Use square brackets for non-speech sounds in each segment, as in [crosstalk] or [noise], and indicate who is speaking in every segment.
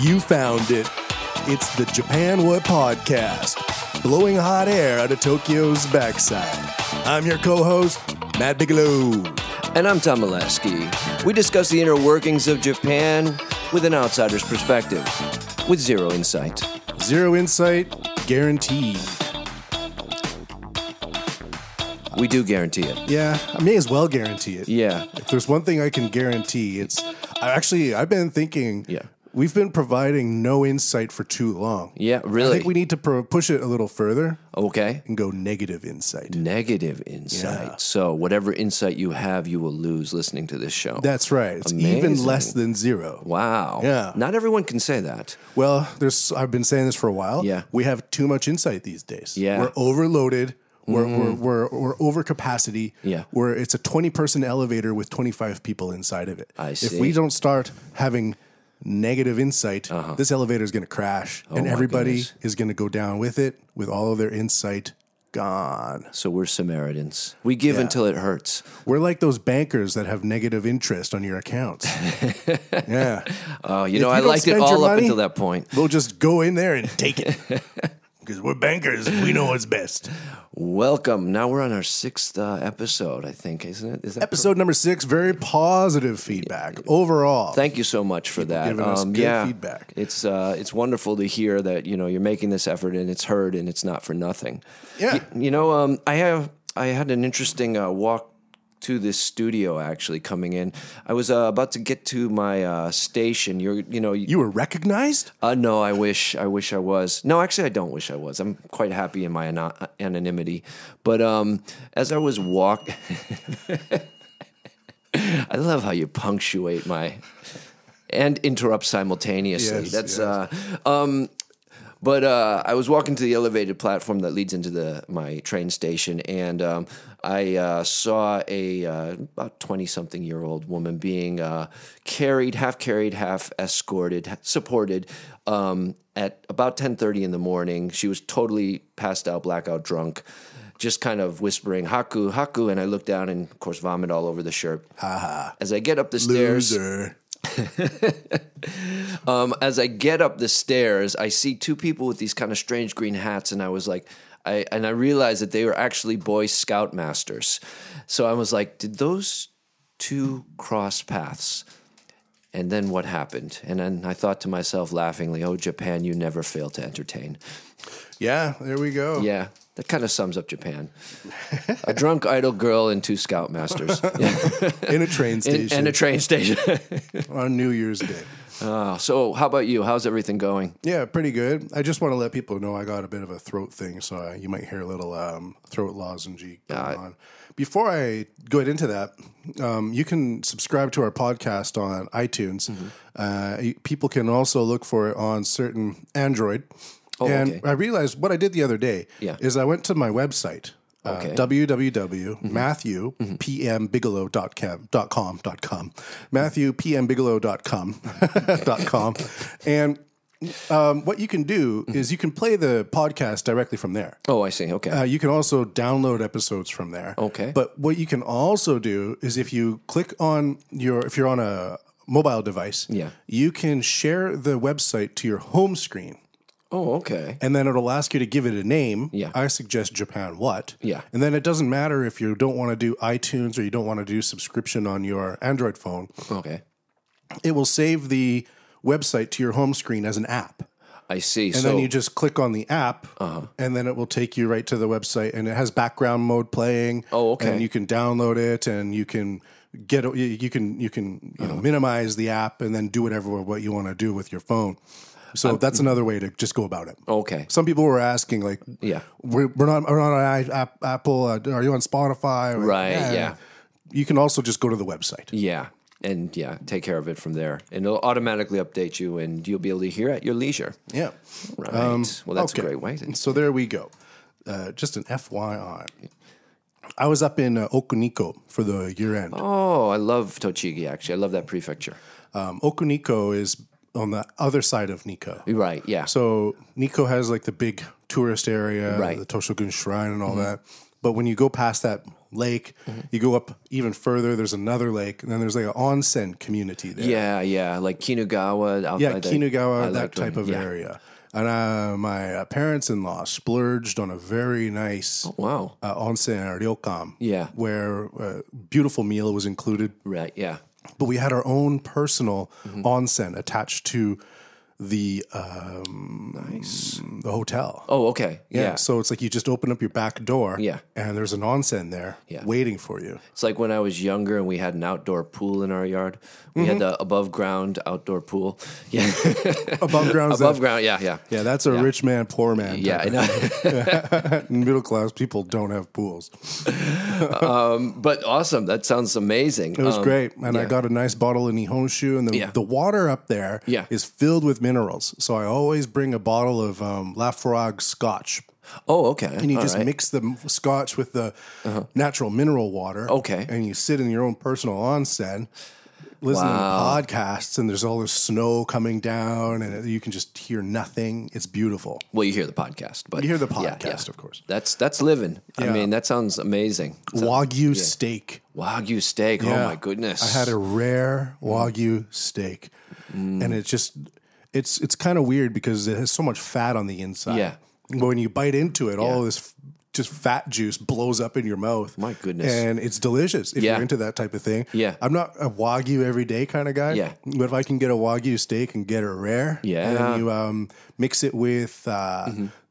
Speaker 1: You found it. It's the Japan What Podcast, blowing hot air out of Tokyo's backside. I'm your co host, Matt Bigelow.
Speaker 2: And I'm Tom Molesky. We discuss the inner workings of Japan with an outsider's perspective, with zero insight.
Speaker 1: Zero insight, guaranteed.
Speaker 2: We do guarantee it.
Speaker 1: Yeah, I may as well guarantee it.
Speaker 2: Yeah.
Speaker 1: If there's one thing I can guarantee, it's I actually I've been thinking.
Speaker 2: Yeah.
Speaker 1: We've been providing no insight for too long.
Speaker 2: Yeah,
Speaker 1: I
Speaker 2: really.
Speaker 1: think we need to pro- push it a little further
Speaker 2: okay.
Speaker 1: and go negative insight.
Speaker 2: Negative insight.
Speaker 1: Yeah.
Speaker 2: So, whatever insight you have, you will lose listening to this show.
Speaker 1: That's right. It's even
Speaker 2: Amazing.
Speaker 1: less than zero.
Speaker 2: wow.
Speaker 1: Yeah.
Speaker 2: Not everyone can say that.
Speaker 1: Well, there's I've been saying this for a while.
Speaker 2: Yeah.
Speaker 1: We have too much insight these days.
Speaker 2: Yeah. Mm-hmm.
Speaker 1: We're overloaded. We're, we're, we're, we're over capacity.
Speaker 2: Yeah.
Speaker 1: We're, it's a 20 person elevator with 25 people inside of it.
Speaker 2: I
Speaker 1: If
Speaker 2: see.
Speaker 1: we don't start having negative insight, this elevator is going to crash and
Speaker 2: Uh-huh. Oh my
Speaker 1: everybody
Speaker 2: goodness.
Speaker 1: is going to go down with it with all of their insight gone.
Speaker 2: So, we're Samaritans. We give until it hurts.
Speaker 1: We're like those bankers that have negative interest on your
Speaker 2: [laughs]
Speaker 1: accounts. yeah.
Speaker 2: Oh, you know,
Speaker 1: you
Speaker 2: I
Speaker 1: don't
Speaker 2: liked it
Speaker 1: spend your
Speaker 2: all up
Speaker 1: money-
Speaker 2: until that point.
Speaker 1: They'll just go in there and take [laughs] it. Because we're bankers, and we know what's best.
Speaker 2: Welcome. Now we're on our sixth uh, episode, I think, isn't it? Is that
Speaker 1: Episode number six, very positive feedback overall.
Speaker 2: Thank you so much for that. Um,
Speaker 1: giving us good feedback.
Speaker 2: It's uh, it's wonderful to hear that you know you're making this effort and it's heard and it's not for nothing.
Speaker 1: Yeah.
Speaker 2: Y- you know, um, I have I had an interesting uh, walk to this studio actually coming in. I was uh, about to get to my uh, station. You're you know
Speaker 1: you were recognized?
Speaker 2: uh, no, I wish, I wish I was. No, actually, I don't wish I was. I'm quite happy in my ano- anonymity. But um, as I was walk, [laughs] I love how you punctuate my and interrupt simultaneously.
Speaker 1: Yes,
Speaker 2: That's
Speaker 1: yes.
Speaker 2: uh, um. But uh, I was walking to the elevated platform that leads into the my train station, and um, I uh, saw a uh, about twenty something year old woman being uh, carried, half carried, half escorted, h- supported. Um, at about ten thirty in the morning, she was totally passed out, blackout drunk, just kind of whispering "haku, haku," and I looked down and, of course, vomit all over the shirt. As I get up the stairs,
Speaker 1: Loser.
Speaker 2: um, as I get up the stairs, I see two people with these kind of strange green hats, and I was like, I and I realized that they were actually Boy Scout masters. So I was like, did those two cross paths? And then what happened? And then I thought to myself laughingly, "Oh, Japan, you never fail to entertain."
Speaker 1: Yeah, there we go.
Speaker 2: Yeah, that kind of sums up Japan. a drunk idle girl and two scout masters,
Speaker 1: In a train
Speaker 2: and,
Speaker 1: station
Speaker 2: and a train station. [laughs]
Speaker 1: on New Year's Day.
Speaker 2: Uh, so, how about you? How's everything going?
Speaker 1: Yeah, pretty good. I just want to let people know I got a bit of a throat thing, so uh, you might hear a little um, throat lozenge going on. Before I go into that, um, you can subscribe to our podcast on iTunes. Uh, you- people can also look for it on certain Android. and
Speaker 2: okay.
Speaker 1: I realized what I did the other day
Speaker 2: Yeah.
Speaker 1: is I went to my website. Uh,
Speaker 2: Okay.
Speaker 1: www.matthewpmbigelow.com dot com matthewpmbigelow.com [laughs] dot com and um, what you can do
Speaker 2: Mm-hmm.
Speaker 1: is you can play the podcast directly from there.
Speaker 2: Oh, I see. Okay.
Speaker 1: Uh, you can also download episodes from there.
Speaker 2: Okay.
Speaker 1: But what you can also do is if you click on your if you're on a mobile device,
Speaker 2: Yeah.
Speaker 1: you can share the website to your home screen.
Speaker 2: oh, okay.
Speaker 1: And then it'll ask you to give it a name.
Speaker 2: Yeah.
Speaker 1: I suggest Japan What.
Speaker 2: Yeah.
Speaker 1: And then it doesn't matter if you don't want to do iTunes or you don't want to do subscription on your Android phone.
Speaker 2: Okay.
Speaker 1: It will save the website to your home screen as an app.
Speaker 2: I see.
Speaker 1: And
Speaker 2: so Uh-huh.
Speaker 1: then you just click on the app, and then it will take you right to the website, and it has background mode playing.
Speaker 2: Oh, okay.
Speaker 1: And you can download it, and you can get you- you can you can you
Speaker 2: Uh-huh.
Speaker 1: know minimize the app, and then do whatever what you want to do with your phone. So
Speaker 2: Um,
Speaker 1: that's another way to just go about it.
Speaker 2: okay.
Speaker 1: Some people were asking like,
Speaker 2: Yeah.
Speaker 1: we're, we're not we're not on I- App- Apple. Uh, are you on Spotify? Or-
Speaker 2: Right, yeah.
Speaker 1: You can also just go to the website.
Speaker 2: Yeah. And yeah, take care of it from there. And it'll automatically update you and you'll be able to hear at your leisure.
Speaker 1: Yeah.
Speaker 2: Right.
Speaker 1: Um,
Speaker 2: well, that's a great way. to-
Speaker 1: So there we go. Uh, just an FYI. I was up in uh, Okuniko for the year end.
Speaker 2: Oh, I love Tochigi, actually. I love that prefecture.
Speaker 1: Um, Okuniko is on the other side of Nikko.
Speaker 2: You're Right. Yeah.
Speaker 1: So Nikko has like the big tourist area,
Speaker 2: Right. Mm-hmm.
Speaker 1: the Toshogun Shrine, and all that. But when you go past that lake. You go up even further. There's another lake, and then there's like an onsen community there.
Speaker 2: Yeah, yeah, like Kinugawa. Out
Speaker 1: Yeah,
Speaker 2: by the- I
Speaker 1: Kinugawa, that
Speaker 2: liked when-
Speaker 1: type of
Speaker 2: yeah.
Speaker 1: area. And uh, my uh, parents-in-law splurged on a very nice
Speaker 2: Wow.
Speaker 1: uh, onsen or ryokan.
Speaker 2: Oh. Yeah.
Speaker 1: where uh, beautiful meal was included,
Speaker 2: Right. Yeah.
Speaker 1: but we had our own personal
Speaker 2: Mm-hmm.
Speaker 1: onsen attached to the um, the hotel.
Speaker 2: Oh, okay. Yeah.
Speaker 1: Yeah. So it's like you just open up your back door.
Speaker 2: Yeah.
Speaker 1: And there's an onsen there
Speaker 2: Yeah.
Speaker 1: waiting for
Speaker 2: [laughs]
Speaker 1: you.
Speaker 2: It's like when I was younger and we had an outdoor pool in our yard. We
Speaker 1: Mm-hmm.
Speaker 2: had the above ground outdoor pool. [laughs]
Speaker 1: [laughs]
Speaker 2: Yeah.
Speaker 1: Above ground. is
Speaker 2: above
Speaker 1: that-
Speaker 2: ground. Yeah. Yeah.
Speaker 1: Yeah, that's a rich man, poor man.
Speaker 2: Yeah. I
Speaker 1: type
Speaker 2: know. [laughs]
Speaker 1: of- Middle class people don't have pools.
Speaker 2: but awesome. That sounds amazing.
Speaker 1: It was
Speaker 2: Um,
Speaker 1: great. And I got a nice bottle of Nihonshu. And the,
Speaker 2: Yeah.
Speaker 1: the water up there is
Speaker 2: Yeah.
Speaker 1: filled with minerals. So I always bring a bottle of um, Lafargue scotch.
Speaker 2: Oh, okay.
Speaker 1: And you just mix the m- scotch with the natural mineral water.
Speaker 2: Uh-huh. Okay.
Speaker 1: And you sit in your own personal onsen, listening
Speaker 2: Wow.
Speaker 1: to podcasts, and there's all this snow coming down, and you can just hear nothing. It's beautiful.
Speaker 2: well, you hear the podcast, but
Speaker 1: You hear the
Speaker 2: yeah, yeah.
Speaker 1: podcast, of course.
Speaker 2: That's that's living. I
Speaker 1: Yeah.
Speaker 2: mean, that sounds amazing.
Speaker 1: Wagyu steak.
Speaker 2: Wagyu steak.
Speaker 1: Yeah.
Speaker 2: Oh my goodness.
Speaker 1: I had a rare Wagyu steak, and it just it's it's kind of weird because it has so much fat on the inside.
Speaker 2: Yeah.
Speaker 1: but when you bite into it, all this f- just fat juice blows up in your mouth.
Speaker 2: My goodness.
Speaker 1: and it's delicious if
Speaker 2: Yeah.
Speaker 1: you're into that type of thing.
Speaker 2: Yeah.
Speaker 1: I'm not a Wagyu every day kind of guy.
Speaker 2: Yeah.
Speaker 1: but if I can get a Wagyu steak and get it rare,
Speaker 2: Yeah. Mm-hmm.
Speaker 1: and then you um, mix it with uh,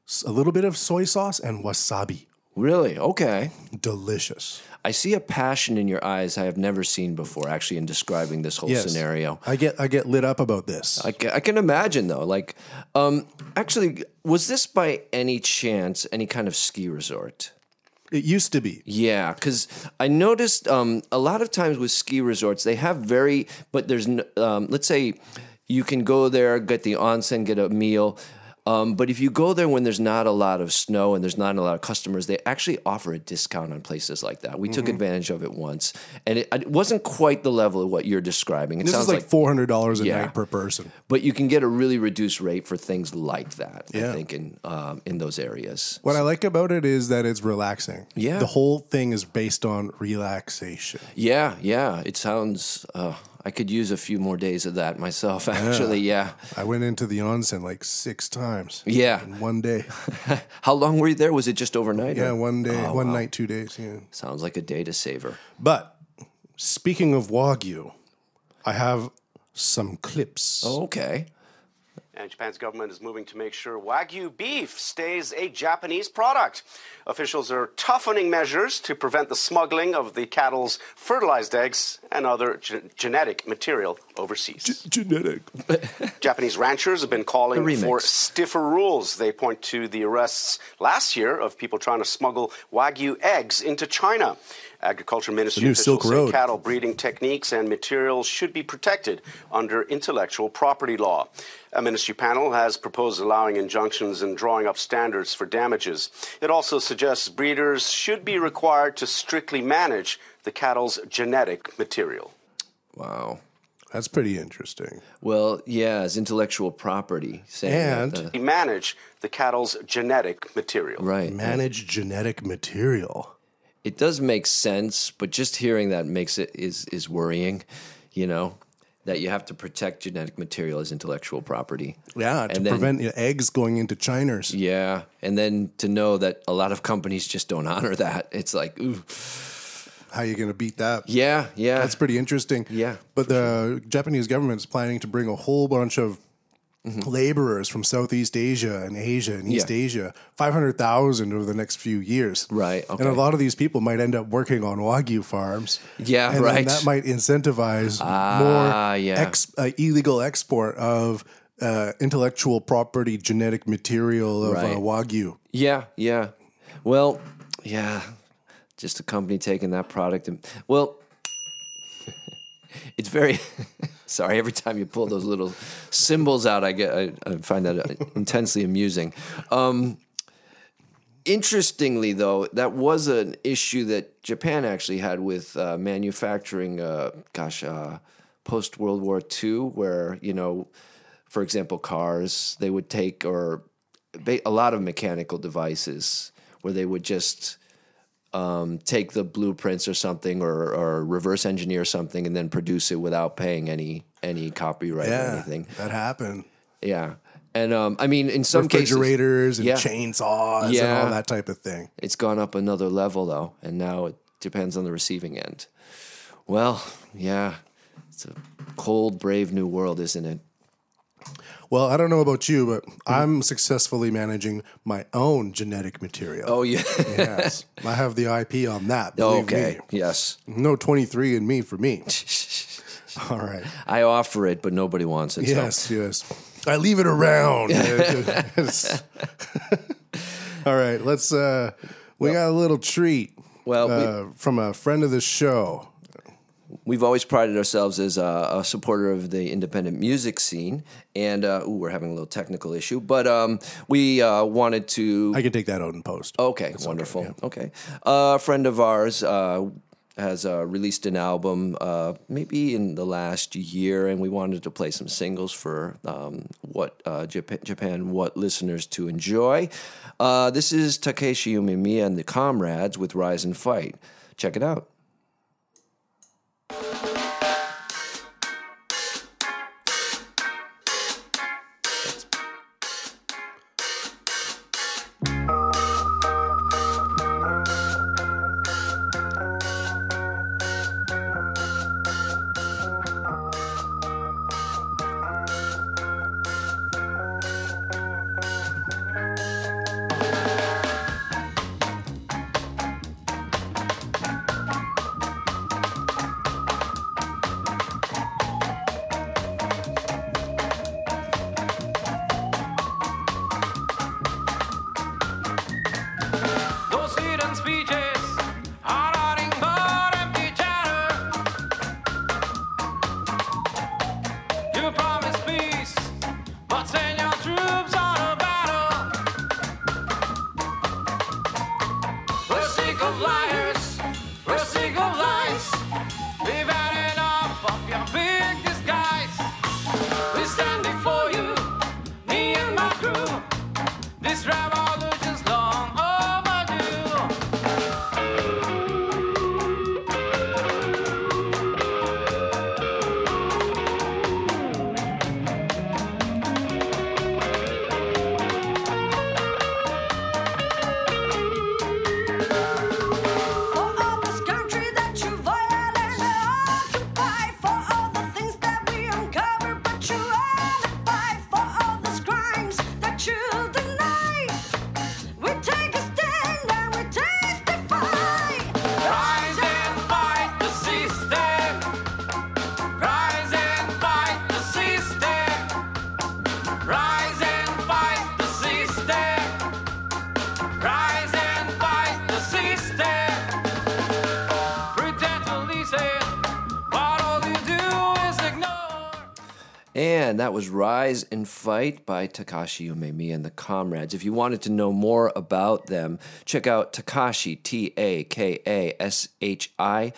Speaker 1: s- a little bit of soy sauce and wasabi.
Speaker 2: really okay.
Speaker 1: Delicious.
Speaker 2: I see a passion in your eyes I have never seen before. Actually, in describing this whole
Speaker 1: Yes.
Speaker 2: scenario,
Speaker 1: I get I get lit up about this.
Speaker 2: I ca- I can imagine though. Like, um, actually, was this by any chance any kind of ski resort?
Speaker 1: it used to be.
Speaker 2: Yeah, because I noticed um, a lot of times with ski resorts, they have very, but there's, n- um, let's say you can go there, get the onsen, get a meal. Um, but if you go there when there's not a lot of snow and there's not a lot of customers, they actually offer a discount on places like that. We
Speaker 1: Mm-hmm.
Speaker 2: took advantage of it once, and it, it wasn't quite the level of what you're describing. It
Speaker 1: This
Speaker 2: sounds
Speaker 1: is like, four hundred dollars a
Speaker 2: Yeah.
Speaker 1: night per person.
Speaker 2: but you can get a really reduced rate for things like that. I
Speaker 1: Yeah.
Speaker 2: think in um, in those areas.
Speaker 1: What I like about it is that it's relaxing.
Speaker 2: Yeah.
Speaker 1: the whole thing is based on relaxation.
Speaker 2: Yeah, yeah. It sounds. Uh, I could use a few more days of that myself. [laughs] Actually, yeah,
Speaker 1: I went into the onsen like six times.
Speaker 2: yeah.
Speaker 1: in one day.
Speaker 2: How long were you there? Was it just overnight?
Speaker 1: Yeah,
Speaker 2: or-
Speaker 1: one day, [laughs] one night, two days. Yeah.
Speaker 2: Sounds like a data saver.
Speaker 1: But speaking of wagyu, I have some clips.
Speaker 2: Okay.
Speaker 3: And Japan's government is moving to make sure Wagyu beef stays a Japanese product. Officials are toughening measures to prevent the smuggling of the cattle's fertilized eggs and other gen- genetic material overseas.
Speaker 1: Genetic.
Speaker 3: Japanese ranchers have been calling
Speaker 2: The remix.
Speaker 3: for stiffer rules. They point to the arrests last year of people trying to smuggle wagyu eggs into China. Agriculture Ministry
Speaker 1: new
Speaker 3: officials
Speaker 1: Silk
Speaker 3: say
Speaker 1: Road.
Speaker 3: cattle breeding techniques and materials should be protected under intellectual property law. A ministry panel has proposed allowing injunctions and drawing up standards for damages. It also suggests breeders should be required to strictly manage the cattle's genetic material.
Speaker 2: Wow.
Speaker 1: That's pretty interesting.
Speaker 2: Well, yeah, it's intellectual property. Saying that uh,
Speaker 1: And-
Speaker 2: the-
Speaker 3: Manage the cattle's genetic material.
Speaker 2: right,
Speaker 1: Manage genetic material.
Speaker 2: it does make sense, but just hearing that makes it is is worrying. You know that you have to protect genetic material as intellectual property.
Speaker 1: Yeah, to
Speaker 2: And then-
Speaker 1: prevent your eggs going into Chiners.
Speaker 2: Yeah, and then to know that a lot of companies just don't honor that, it's like, ooh,
Speaker 1: How you going to beat that?
Speaker 2: yeah, yeah,
Speaker 1: That's pretty interesting.
Speaker 2: Yeah,
Speaker 1: But the Japanese government is planning to bring a whole bunch of laborers from Southeast Asia and Asia and East
Speaker 2: Mm-hmm. Yeah.
Speaker 1: Asia, 500,000 over the next few years.
Speaker 2: Right, okay.
Speaker 1: And a lot of these people might end up working on Wagyu farms.
Speaker 2: Yeah,
Speaker 1: and then
Speaker 2: right. Ah,
Speaker 1: that might incentivize more
Speaker 2: yeah.
Speaker 1: ex- uh, illegal export of uh, intellectual property, genetic material of
Speaker 2: Right.
Speaker 1: uh, Wagyu.
Speaker 2: yeah, yeah. Well, yeah, just a company taking that product and well, [laughs] it's very. [laughs] Sorry, every time you pull those little symbols out, I get I, I find that uh, intensely amusing. Um, Interestingly, though, that was an issue that Japan actually had with uh, manufacturing. Uh, gosh, uh, post World War II, where you know, for example, cars they would take or ba- a lot of mechanical devices where they would just um, take the blueprints or something, or, or reverse engineer something, and then produce it without paying any any copyright or
Speaker 1: Yeah,
Speaker 2: anything.
Speaker 1: that happened.
Speaker 2: Yeah, and um, I mean, in some cases,
Speaker 1: Refrigerators and
Speaker 2: Yeah.
Speaker 1: chainsaws and
Speaker 2: Yeah.
Speaker 1: all that type of thing.
Speaker 2: it's gone up another level though, and now it depends on the receiving end. Well, yeah, it's a cold, brave new world, isn't it?
Speaker 1: Well, I don't know about you, but
Speaker 2: Mm-hmm.
Speaker 1: I'm successfully managing my own genetic material.
Speaker 2: Oh [laughs] yeah.
Speaker 1: yes, I have the IP on that. Believe
Speaker 2: okay. Yes.
Speaker 1: me. no 23 and me for me.
Speaker 2: [laughs]
Speaker 1: All right.
Speaker 2: I offer it, but nobody wants it. so-
Speaker 1: Yes, yes. I leave it
Speaker 2: [laughs]
Speaker 1: around. [laughs] Yes. All right, let's. Uh, we got a little treat.
Speaker 2: Well, we-
Speaker 1: uh, from a friend of the show.
Speaker 2: we've always prided ourselves as a, a supporter of the independent music scene, and uh, ooh, we're having a little technical issue, but um, we uh, wanted to.
Speaker 1: I can take that out in post.
Speaker 2: Okay, wonderful. Okay. Uh, a friend of ours uh, has uh, released an album uh, maybe in the last year, and we wanted to play some singles for um, what uh, Japan, Japan, what listeners to enjoy. Uh, this is Takeshi Umemiya and the Comrades with Rise and Fight. Check it out.
Speaker 4: Those hidden speeches are nothing but empty chatter. You promise peace, but send your troops on a battle. We're sick of liars, we're sick of lies. We've had enough of your big disguise. We're standing for you, me and my crew. This revolution's long overdue.
Speaker 5: For all this country that you violate and occupy, for all the things that we uncover, but you alibi, for all these crimes that you deny, we take a stand and we testify.
Speaker 4: Rise and fight the system. Rise and fight the system. Rise and fight the system. Rise and fight the system. Pretend to listen, but all you do is ignore.
Speaker 2: And that was Rise and Fight by Takashi Umemi and the Comrades. If you wanted to know more about them, check out Takashi, T A K A S H I,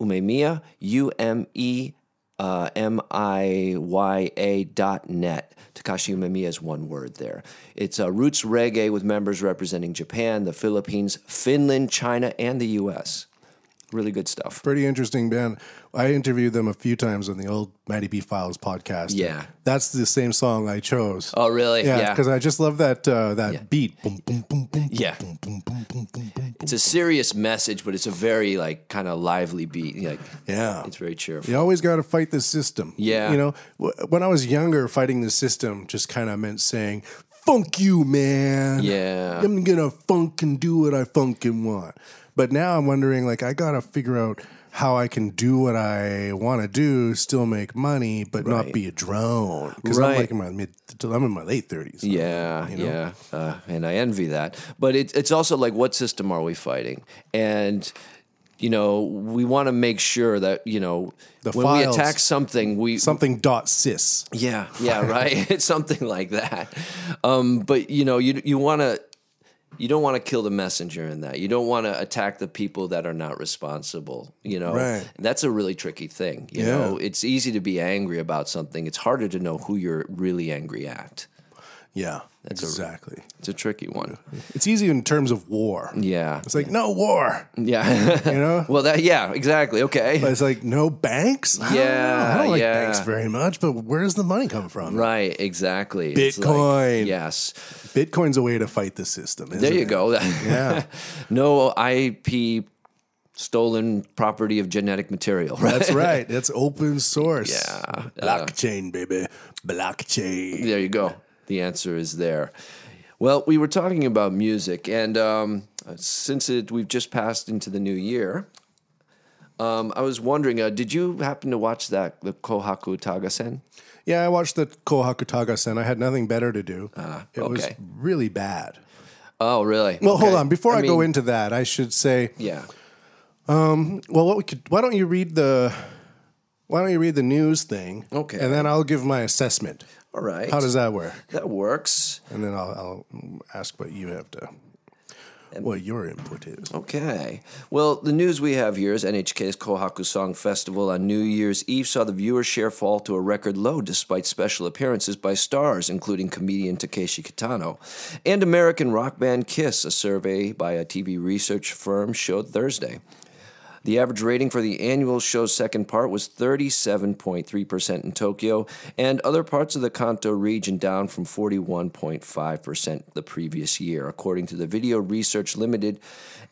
Speaker 2: Umemiya, U M E uh, M I Y A dot net. Takashi Umemiya is one word there. It's uh, roots reggae with members representing Japan, the Philippines, Finland, China, and the U.S. Really good stuff.
Speaker 1: Pretty interesting band. I interviewed them a few times on the old Matty B Files podcast.
Speaker 2: Yeah.
Speaker 1: that's the same song I chose.
Speaker 2: Oh, really?
Speaker 1: Yeah,
Speaker 2: Yeah.
Speaker 1: because I just love that uh, that beat. Boom, boom, boom, boom,
Speaker 2: Yeah.
Speaker 1: boom, boom, boom, boom, boom, boom.
Speaker 2: it's a serious message, but it's a very like kind of lively beat. Like
Speaker 1: Yeah,
Speaker 2: it's very cheerful.
Speaker 1: You always got to fight the system.
Speaker 2: Yeah.
Speaker 1: You know, wh- when I was younger, fighting the system just kind of meant saying, funk you, man.
Speaker 2: Yeah.
Speaker 1: I'm going to funk and do what I funkin' want. But now I'm wondering, like, I got to figure out how I can do what I want to do, still make money, but not
Speaker 2: Right.
Speaker 1: be a drone. Because
Speaker 2: Right.
Speaker 1: I'm like in my mid, I'm in my late 30s.
Speaker 2: Yeah, yeah, uh, and I envy that. But it, it's also like, what system are we fighting? And you know, we want to make sure that you know
Speaker 1: The
Speaker 2: when
Speaker 1: files.
Speaker 2: we attack something, we
Speaker 1: Something dot cis.
Speaker 2: Yeah, [laughs] yeah, right. it's something like that. Um, but you know, you you want to you don't want to kill the messenger in that. You don't want to attack the people that are not responsible. You know,
Speaker 1: Right.
Speaker 2: that's a really tricky thing. You
Speaker 1: Yeah.
Speaker 2: know, it's easy to be angry about something. It's harder to know who you're really angry at.
Speaker 1: Yeah,
Speaker 2: a-
Speaker 1: exactly.
Speaker 2: It's a tricky one.
Speaker 1: it's easy in terms of war.
Speaker 2: Yeah.
Speaker 1: It's like no war,
Speaker 2: Yeah.
Speaker 1: you know.
Speaker 2: [laughs] well, that yeah, exactly. Okay.
Speaker 1: But it's like no banks. I don't know. I
Speaker 2: Yeah,
Speaker 1: don't like
Speaker 2: yeah.
Speaker 1: banks very much. But where does the money come from?
Speaker 2: right. Exactly. It's like-
Speaker 1: Bitcoin.
Speaker 2: yes.
Speaker 1: Bitcoin's a way to fight the system.
Speaker 2: There
Speaker 1: isn't
Speaker 2: you
Speaker 1: it?
Speaker 2: go.
Speaker 1: [laughs]
Speaker 2: [laughs]
Speaker 1: Yeah,
Speaker 2: no IP stolen property of genetic material. Right?
Speaker 1: that's right. It's open source.
Speaker 2: Yeah. uh.
Speaker 1: blockchain, baby, blockchain.
Speaker 2: [laughs] There you go. The answer is there. Well, we were talking about music, and um, since it, we've just passed into the new year, um, I was wondering, uh, did you happen to watch that the Kohaku Tagasen?
Speaker 1: Yeah, I watched the Kohakutaga Sen. I had nothing better to do. it was
Speaker 2: Uh, okay.
Speaker 1: really bad.
Speaker 2: Oh, really?
Speaker 1: Well, hold
Speaker 2: Okay.
Speaker 1: on. Before I, go
Speaker 2: mean,
Speaker 1: into that, I should say,
Speaker 2: yeah,
Speaker 1: well, what we could, why don't you read the, why don't you read the news thing?
Speaker 2: Okay.
Speaker 1: and then I'll give my assessment.
Speaker 2: all right,
Speaker 1: How does that work?
Speaker 2: that works?
Speaker 1: And then I'll, I'll ask what you have to, what your input is.
Speaker 2: Okay. Well, the news we have here is NHK's Kohaku Song Festival on New Year's Eve saw the viewer share fall to a record low despite special appearances by stars, including comedian Takeshi Kitano. And American rock band Kiss, a survey by a TV research firm, showed Thursday. The average rating for the annual show's second part was 37.3% in Tokyo, and other parts of the Kanto region down from 41.5% the previous year, according to the Video Research Limited.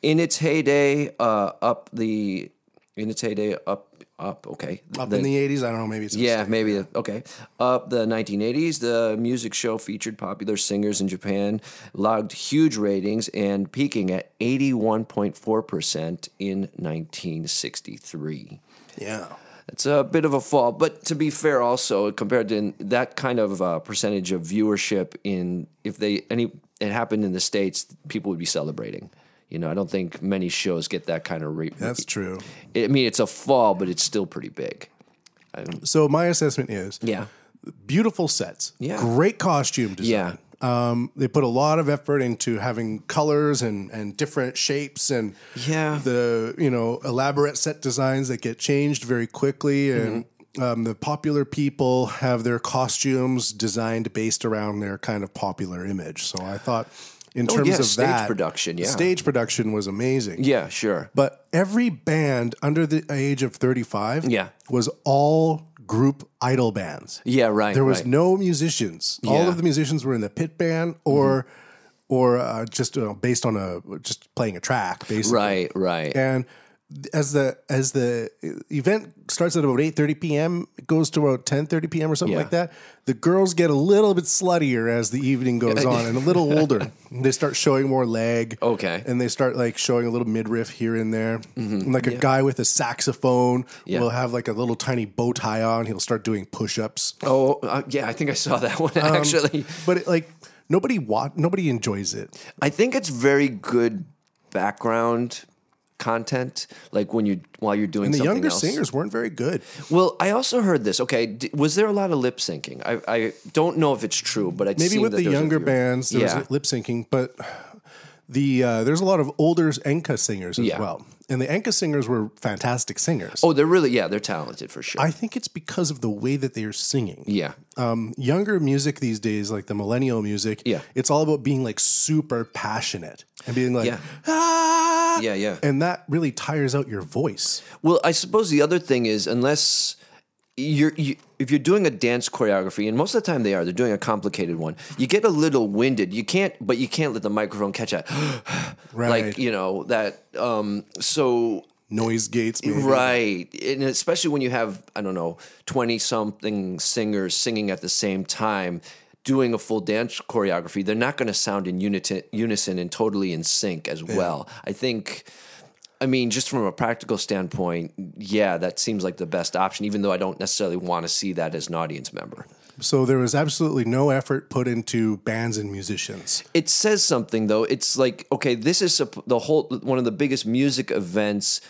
Speaker 2: In its heyday, uh, up the in its heyday, up up okay
Speaker 1: Up in the eighties, I don't know. Maybe it's
Speaker 2: yeah, maybe. Okay. Up the 1980s, the music show featured popular singers in Japan, logged huge ratings, and peaking at 81.4% in 1963.
Speaker 1: yeah.
Speaker 2: It's a bit of a fall, but to be fair, also compared to in- that kind of uh, percentage of viewership in if they any it happened in the states, people would be celebrating. You know, I don't think many shows get that kind of rate.
Speaker 1: That's true.
Speaker 2: I mean, it's a fall, but it's still pretty big.
Speaker 1: So my assessment is
Speaker 2: Yeah.
Speaker 1: beautiful sets,
Speaker 2: Yeah.
Speaker 1: great costume design.
Speaker 2: Yeah.
Speaker 1: Um, they put a lot of effort into having colors and, and different shapes and
Speaker 2: Yeah.
Speaker 1: the you know elaborate set designs that get changed very quickly
Speaker 2: Mm-hmm.
Speaker 1: and um, the popular people have their costumes designed based around their kind of popular image. So I thought in
Speaker 2: Oh,
Speaker 1: terms
Speaker 2: yeah,
Speaker 1: of
Speaker 2: stage
Speaker 1: that
Speaker 2: production, yeah.
Speaker 1: stage production was amazing.
Speaker 2: Yeah, sure.
Speaker 1: But every band under the age of 35
Speaker 2: Yeah.
Speaker 1: was all group idol bands.
Speaker 2: Yeah, right.
Speaker 1: There was
Speaker 2: right.
Speaker 1: no musicians. All
Speaker 2: Yeah.
Speaker 1: of the musicians were in the pit band or or uh, just uh, based on a just playing a track basically.
Speaker 2: Right, right.
Speaker 1: And as the as the event starts at about 8:30 p.m. it goes to about 10:30 p.m. or something
Speaker 2: Yeah.
Speaker 1: like that, the girls get a little bit sluttier as the evening goes on and a little
Speaker 2: [laughs]
Speaker 1: older. They start showing more leg.
Speaker 2: Okay. Mm-hmm.
Speaker 1: And they start like showing a little midriff here and there. And, like a guy with a saxophone
Speaker 2: Yeah.
Speaker 1: will have like a little tiny bow tie on, he'll start doing push-ups.
Speaker 2: Oh, uh, yeah, I think I saw that [laughs] one
Speaker 1: Um,
Speaker 2: actually.
Speaker 1: But it, like nobody wa- nobody enjoys it.
Speaker 2: I think it's very good background content like when you while you're doing
Speaker 1: And the
Speaker 2: something
Speaker 1: younger
Speaker 2: else.
Speaker 1: singers weren't very good.
Speaker 2: Well, I also heard this. Okay, d- was there a lot of lip syncing? I, I don't know if it's true, but I
Speaker 1: maybe with the younger bands there
Speaker 2: Yeah.
Speaker 1: was lip syncing but the uh, there's a lot of older enka singers as
Speaker 2: Yeah.
Speaker 1: well and the enka singers were fantastic singers
Speaker 2: Oh, they're really yeah, they're talented for sure.
Speaker 1: i think it's because of the way that they are singing
Speaker 2: yeah.
Speaker 1: um, younger music these days like the millennial music
Speaker 2: Yeah.
Speaker 1: it's all about being like super passionate and being like
Speaker 2: Yeah.
Speaker 1: ah
Speaker 2: Yeah, yeah.
Speaker 1: and that really tires out your voice
Speaker 2: Well, I suppose the other thing is unless you're you, if you're doing a dance choreography, and most of the time they are, they're doing a complicated one. You get a little winded. You can't, but you can't let the microphone catch that. [gasps]
Speaker 1: Right.
Speaker 2: Like you know that. Um, so
Speaker 1: noise gates maybe.
Speaker 2: right, and especially when you have I don't know twenty something singers singing at the same time. Doing a full dance choreography, they're not going to sound in unison, unison and totally in sync as well. I think I mean, just from a practical standpoint, yeah, that seems like the best option, even though I don't necessarily want to see that as an audience member.
Speaker 1: so there was absolutely no effort put into bands and musicians
Speaker 2: It says something, though. It's like, okay, this is supp- the whole one of the biggest music events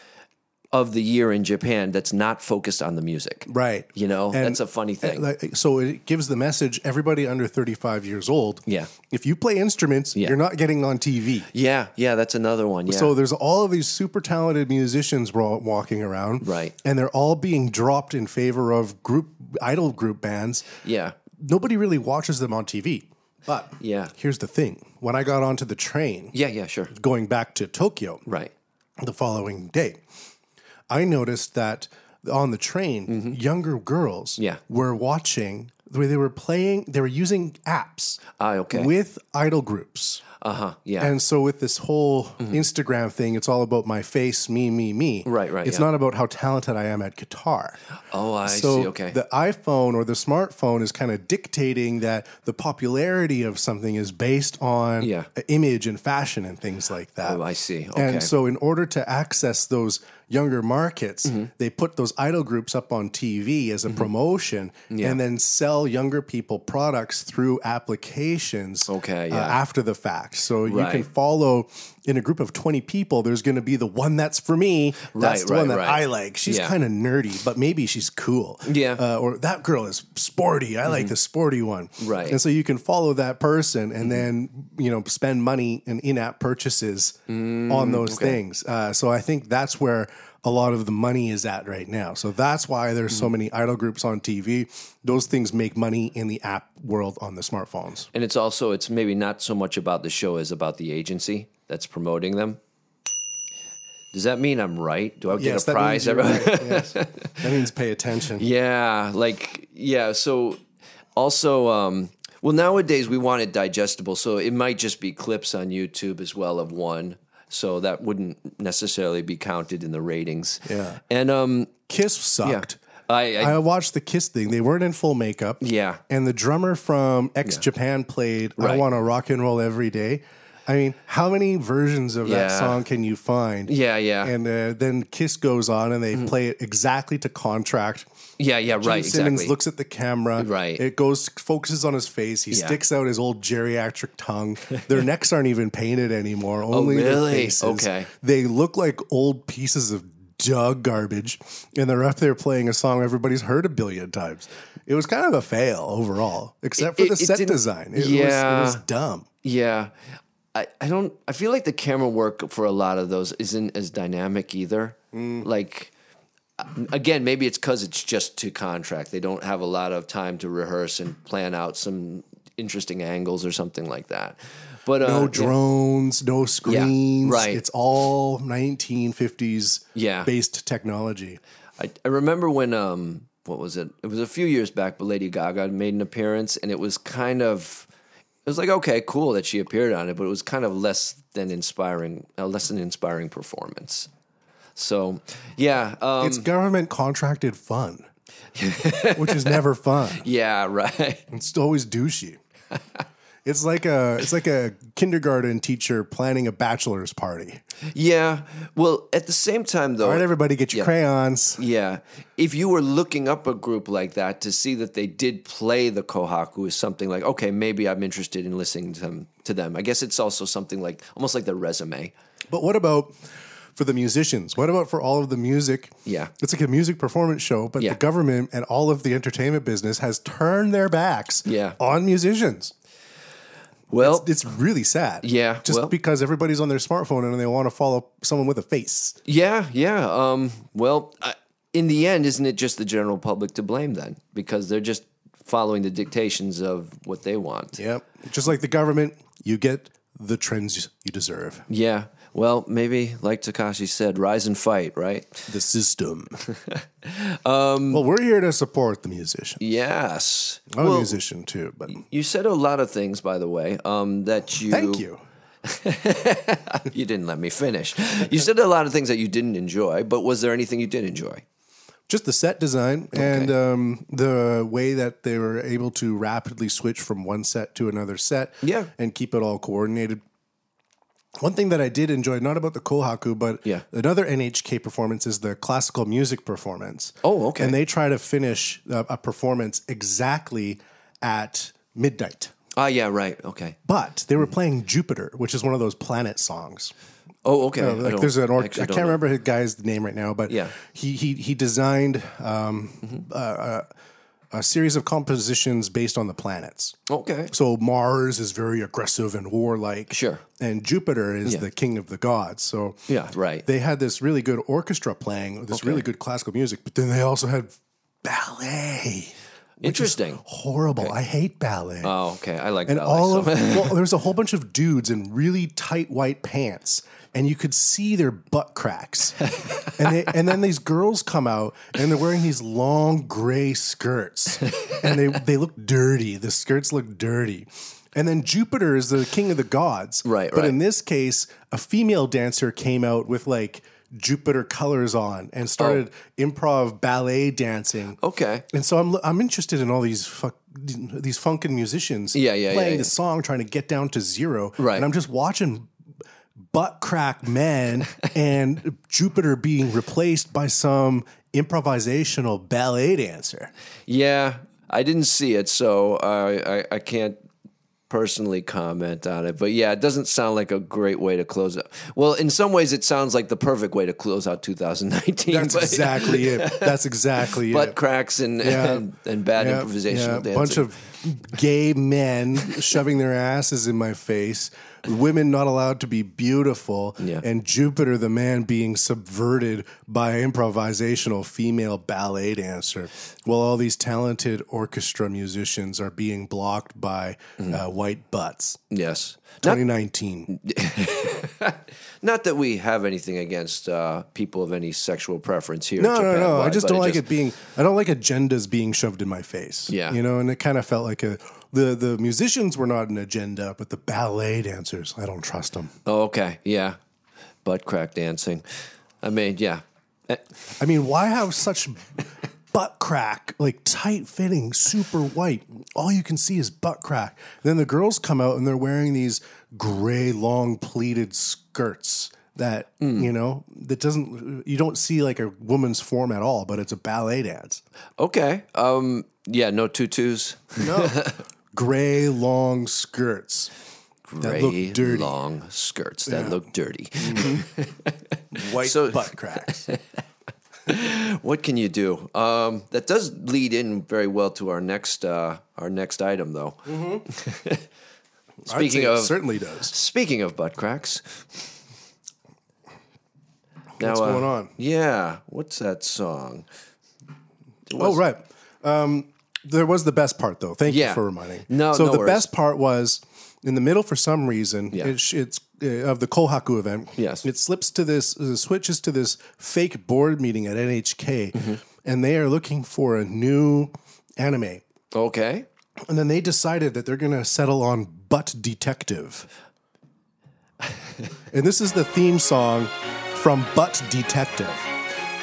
Speaker 2: of the year in Japan that's not focused on the music.
Speaker 1: Right.
Speaker 2: You know,
Speaker 1: And-
Speaker 2: that's a funny thing.
Speaker 1: and, like, so it gives the message everybody under 35 years old.
Speaker 2: Yeah.
Speaker 1: If you play instruments,
Speaker 2: Yeah.
Speaker 1: you're not getting on TV.
Speaker 2: yeah, yeah, that's another one. Yeah.
Speaker 1: So there's all of these super talented musicians wa- walking around.
Speaker 2: Right.
Speaker 1: And they're all being dropped in favor of group idol group bands.
Speaker 2: yeah.
Speaker 1: Nobody really watches them on TV. But
Speaker 2: Yeah.
Speaker 1: here's the thing: when I got onto the train
Speaker 2: Yeah, yeah, sure.
Speaker 1: going back to Tokyo
Speaker 2: Right.
Speaker 1: the following day, I noticed that on the train, younger girls
Speaker 2: Mm-hmm. Yeah.
Speaker 1: were watching. the way They were playing. They were using apps
Speaker 2: Ah, okay.
Speaker 1: with idol groups.
Speaker 2: Uh huh. Yeah.
Speaker 1: And so with this whole Instagram thing, it's all about my face, me, me, me.
Speaker 2: Mm-hmm. Right, right,
Speaker 1: It's
Speaker 2: yeah.
Speaker 1: not about how talented I am at guitar.
Speaker 2: oh, I
Speaker 1: so
Speaker 2: see. Okay.
Speaker 1: the iPhone or the smartphone is kind of dictating that the popularity of something is based on
Speaker 2: Yeah.
Speaker 1: a image and fashion and things like that.
Speaker 2: Oh, I see. Okay.
Speaker 1: And so in order to access those younger markets,
Speaker 2: Mm-hmm.
Speaker 1: they put those idol groups up on TV as a promotion and then sell younger people products through applications
Speaker 2: Okay,
Speaker 1: uh,
Speaker 2: yeah.
Speaker 1: after the fact. So you can
Speaker 2: Right.
Speaker 1: follow in a group of 20 people, there's going to be the one that's for me. That's
Speaker 2: Right,
Speaker 1: the one that
Speaker 2: right, right.
Speaker 1: I like. She's
Speaker 2: Yeah.
Speaker 1: kind of nerdy, but maybe she's cool.
Speaker 2: Yeah. Mm-hmm.
Speaker 1: Uh, or that girl is sporty. I like the sporty one.
Speaker 2: Right. Mm-hmm.
Speaker 1: And so you can follow that person and then, you know, spend money in in app purchases
Speaker 2: Mm,
Speaker 1: on those things. Uh, so I think that's where a lot of the money is at right now. So that's why there's
Speaker 2: Mm-hmm.
Speaker 1: so many idol groups on TV. Those things make money in the app world on the smartphones.
Speaker 2: and it's also it's maybe not so much about the show as about the agency that's promoting them. Does that mean I'm right? Do I get a
Speaker 1: that
Speaker 2: prize?
Speaker 1: means you're
Speaker 2: every-
Speaker 1: right. Yes. That means pay attention.
Speaker 2: [laughs] Yeah, like yeah. So also, um, well, nowadays we want it digestible, so it might just be clips on YouTube as well of one. So that wouldn't necessarily be counted in the ratings.
Speaker 1: Yeah.
Speaker 2: and um,
Speaker 1: Kiss
Speaker 2: yeah,
Speaker 1: sucked.
Speaker 2: I, I,
Speaker 1: I watched the Kiss thing. They weren't in full makeup.
Speaker 2: Yeah.
Speaker 1: And the drummer from X Japan played I
Speaker 2: Right.
Speaker 1: Want to Rock and Roll Every Day. I mean, how many versions of that
Speaker 2: Yeah.
Speaker 1: song can you find?
Speaker 2: yeah, yeah, Mm-hmm.
Speaker 1: And uh, then Kiss goes on and they play it exactly to contract.
Speaker 2: yeah, yeah. Right,
Speaker 1: Gene Simmons
Speaker 2: exactly.
Speaker 1: looks at the camera.
Speaker 2: Right.
Speaker 1: It goes, focuses on his face. He
Speaker 2: Yeah.
Speaker 1: sticks out his old geriatric tongue.
Speaker 2: [laughs]
Speaker 1: Their necks aren't even painted anymore. Only their
Speaker 2: Oh, really?
Speaker 1: faces.
Speaker 2: Okay.
Speaker 1: They look like old pieces of dog garbage, and they're up there playing a song everybody's heard a billion times. It was kind of a fail overall, except for
Speaker 2: It-
Speaker 1: the
Speaker 2: it- it
Speaker 1: set
Speaker 2: didn't-
Speaker 1: design. It,
Speaker 2: Yeah.
Speaker 1: was, it was dumb.
Speaker 2: yeah, I, I don't. I feel like the camera work for a lot of those isn't as dynamic either.
Speaker 1: Mm.
Speaker 2: Like. uh, again, maybe it's because it's just to contract. They don't have a lot of time to rehearse and plan out some interesting angles or something like that. But uh,
Speaker 1: No
Speaker 2: yeah.
Speaker 1: drones, no screens.
Speaker 2: right.
Speaker 1: It's all 1950s
Speaker 2: Yeah.
Speaker 1: based technology.
Speaker 2: I, I remember when um what was it? It was a few years back, but Lady Gaga made an appearance, and it was kind of it was like okay, cool that she appeared on it, but it was kind of less than inspiring, a less than inspiring performance. So yeah, um,
Speaker 1: It's government contracted
Speaker 2: [laughs]
Speaker 1: fun, which is never fun.
Speaker 2: yeah, [laughs] right.
Speaker 1: It's always douchey. It's like a it's like a kindergarten teacher planning a bachelor's party.
Speaker 2: yeah. Well, at the same time though,
Speaker 1: All right, everybody, get your
Speaker 2: Yeah.
Speaker 1: crayons.
Speaker 2: Yeah. If you were looking up a group like that to see that they did play the Kohaku is something like, okay, maybe I'm interested in listening to them, to them. I guess it's also something like almost like their resume.
Speaker 1: But what about for the musicians? What about for all of the music?
Speaker 2: Yeah.
Speaker 1: It's like a music performance show, but
Speaker 2: Yeah.
Speaker 1: the government and all of the entertainment business has turned their backs
Speaker 2: Yeah.
Speaker 1: on musicians.
Speaker 2: Well,
Speaker 1: It's really sad.
Speaker 2: Yeah,
Speaker 1: Just
Speaker 2: well-
Speaker 1: because everybody's on their smartphone and they want to follow someone with a face.
Speaker 2: yeah, yeah. Um, well, I, in the end, isn't it just the general public to blame then? Because they're just following the dictations of what they want.
Speaker 1: Yep. Just like the government, you get the trends you deserve.
Speaker 2: yeah. Well, maybe like Takashi said, rise and fight, right?
Speaker 1: the
Speaker 2: [laughs]
Speaker 1: system.
Speaker 2: Um,
Speaker 1: well, we're here to support the musician.
Speaker 2: Yes.
Speaker 1: I'm a
Speaker 2: Well,
Speaker 1: musician too, but
Speaker 2: You said a lot of things, by the way, um, that you.
Speaker 1: thank you.
Speaker 2: [laughs] You didn't let me finish. You said a lot of things that you didn't enjoy, but was there anything you did enjoy?
Speaker 1: Just the set design and um, the way that they were able to rapidly switch from one set to another set
Speaker 2: Yeah.
Speaker 1: and keep it all coordinated. One thing that I did enjoy, not about the Kohaku, but
Speaker 2: Yeah.
Speaker 1: another NHK performance is the classical music performance.
Speaker 2: Oh, okay.
Speaker 1: And they try to finish a, a performance exactly at midnight.
Speaker 2: Ah, yeah, right. Okay.
Speaker 1: But they were playing Jupiter, which is one of those planet songs.
Speaker 2: Oh, okay. I
Speaker 1: Like
Speaker 2: don't-
Speaker 1: there's an
Speaker 2: I
Speaker 1: or- I
Speaker 2: actually
Speaker 1: can't
Speaker 2: don't know.
Speaker 1: remember his guy's name right now, but
Speaker 2: Yeah. Mm-hmm.
Speaker 1: he he he designed um, a, a, a series of compositions based on the planets.
Speaker 2: Okay.
Speaker 1: So Mars is very aggressive and warlike.
Speaker 2: Sure.
Speaker 1: And Jupiter is
Speaker 2: Yeah.
Speaker 1: the king of the gods. So
Speaker 2: Yeah, right.
Speaker 1: They had this really good orchestra playing this really good classical music, but then they also had ballet.
Speaker 2: Interesting.
Speaker 1: Horrible. I hate ballet.
Speaker 2: Oh, okay. I like
Speaker 1: and
Speaker 2: ballet.
Speaker 1: all
Speaker 2: so-
Speaker 1: of well, there's a whole bunch of dudes in really tight white pants, and you could see their butt cracks. and they, and then these girls come out, and they're wearing these long gray skirts, and they they look dirty. The skirts look dirty. And then Jupiter is the king of the gods,
Speaker 2: Right,
Speaker 1: But
Speaker 2: right.
Speaker 1: in this case, a female dancer came out with like. Jupiter colors on and started
Speaker 2: Oh.
Speaker 1: improv ballet dancing.
Speaker 2: [laughs] okay.
Speaker 1: And so I'm I'm interested in all these fuck these funkin' musicians
Speaker 2: Yeah, yeah, yeah,
Speaker 1: playing
Speaker 2: yeah.
Speaker 1: the song trying to get down to zero
Speaker 2: Right.
Speaker 1: and I'm just watching butt crack
Speaker 2: [laughs]
Speaker 1: men and Jupiter being replaced by some improvisational ballet dancer.
Speaker 2: Yeah, I didn't see it, so I, I I can't personally comment on it. But yeah, it doesn't sound like a great way to close out. Well, in some ways, it sounds like the perfect way to close out 2019.
Speaker 1: That's
Speaker 2: but-
Speaker 1: exactly it.
Speaker 2: [laughs]
Speaker 1: That's exactly
Speaker 2: Butt
Speaker 1: it.
Speaker 2: cracks and,
Speaker 1: Yeah.
Speaker 2: and, and bad
Speaker 1: Yeah, yeah,
Speaker 2: improvisational dancing.
Speaker 1: bunch of gay
Speaker 2: [laughs]
Speaker 1: men shoving their asses in my face, women not allowed to be beautiful,
Speaker 2: Yeah.
Speaker 1: and Jupiter the man being subverted by improvisational female ballet dancer, while all these talented orchestra musicians are being blocked by uh, white butts.
Speaker 2: yes. Mm. Not
Speaker 1: 2019.
Speaker 2: Not that we have anything against uh, people of any sexual preference here.
Speaker 1: No, no, no. I
Speaker 2: Japan-wide,
Speaker 1: just
Speaker 2: but
Speaker 1: don't like it being. I don't like agendas being shoved in my face.
Speaker 2: Yeah.
Speaker 1: you know, and it kind of felt like a the the musicians were not an agenda, but the ballet dancers. I don't trust them.
Speaker 2: Oh, okay, yeah, butt crack dancing. I mean, yeah, Eh,
Speaker 1: I mean, why have such butt crack, like tight fitting, super white? All you can see is butt crack. then the girls come out and they're wearing these gray, long pleated skirts that, you know, that doesn't, you don't see like a woman's form at all, but it's a ballet dance.
Speaker 2: okay. Um, yeah, no tutus.
Speaker 1: No. gray, long skirts. That look
Speaker 2: Gray,
Speaker 1: dirty. Mm.
Speaker 2: long skirts that look dirty.
Speaker 1: White
Speaker 2: So-
Speaker 1: butt
Speaker 2: [laughs]
Speaker 1: cracks.
Speaker 2: what can you do? Um, that does lead in very well to our next uh, our next item, though.
Speaker 1: Mm-hmm. I'd say
Speaker 2: Speaking
Speaker 1: it
Speaker 2: of
Speaker 1: certainly does.
Speaker 2: Speaking of butt cracks, now, uh,
Speaker 1: What's going on?
Speaker 2: Yeah, what's that song?
Speaker 1: Oh, right. Um, there was the best part, though. Thank
Speaker 2: Yeah.
Speaker 1: you for reminding.
Speaker 2: No,
Speaker 1: so
Speaker 2: no
Speaker 1: the
Speaker 2: worries.
Speaker 1: best part was in the middle for some reason.
Speaker 2: Yeah.
Speaker 1: It sh it's uh, of the Kohaku event.
Speaker 2: Yes.
Speaker 1: it slips to this, uh, switches to this fake board meeting at NHK,
Speaker 2: Mm-hmm.
Speaker 1: and they are looking for a new anime.
Speaker 2: Okay.
Speaker 1: And then they decided that they're going to settle on Butt Detective. and this is the theme song from Butt Detective.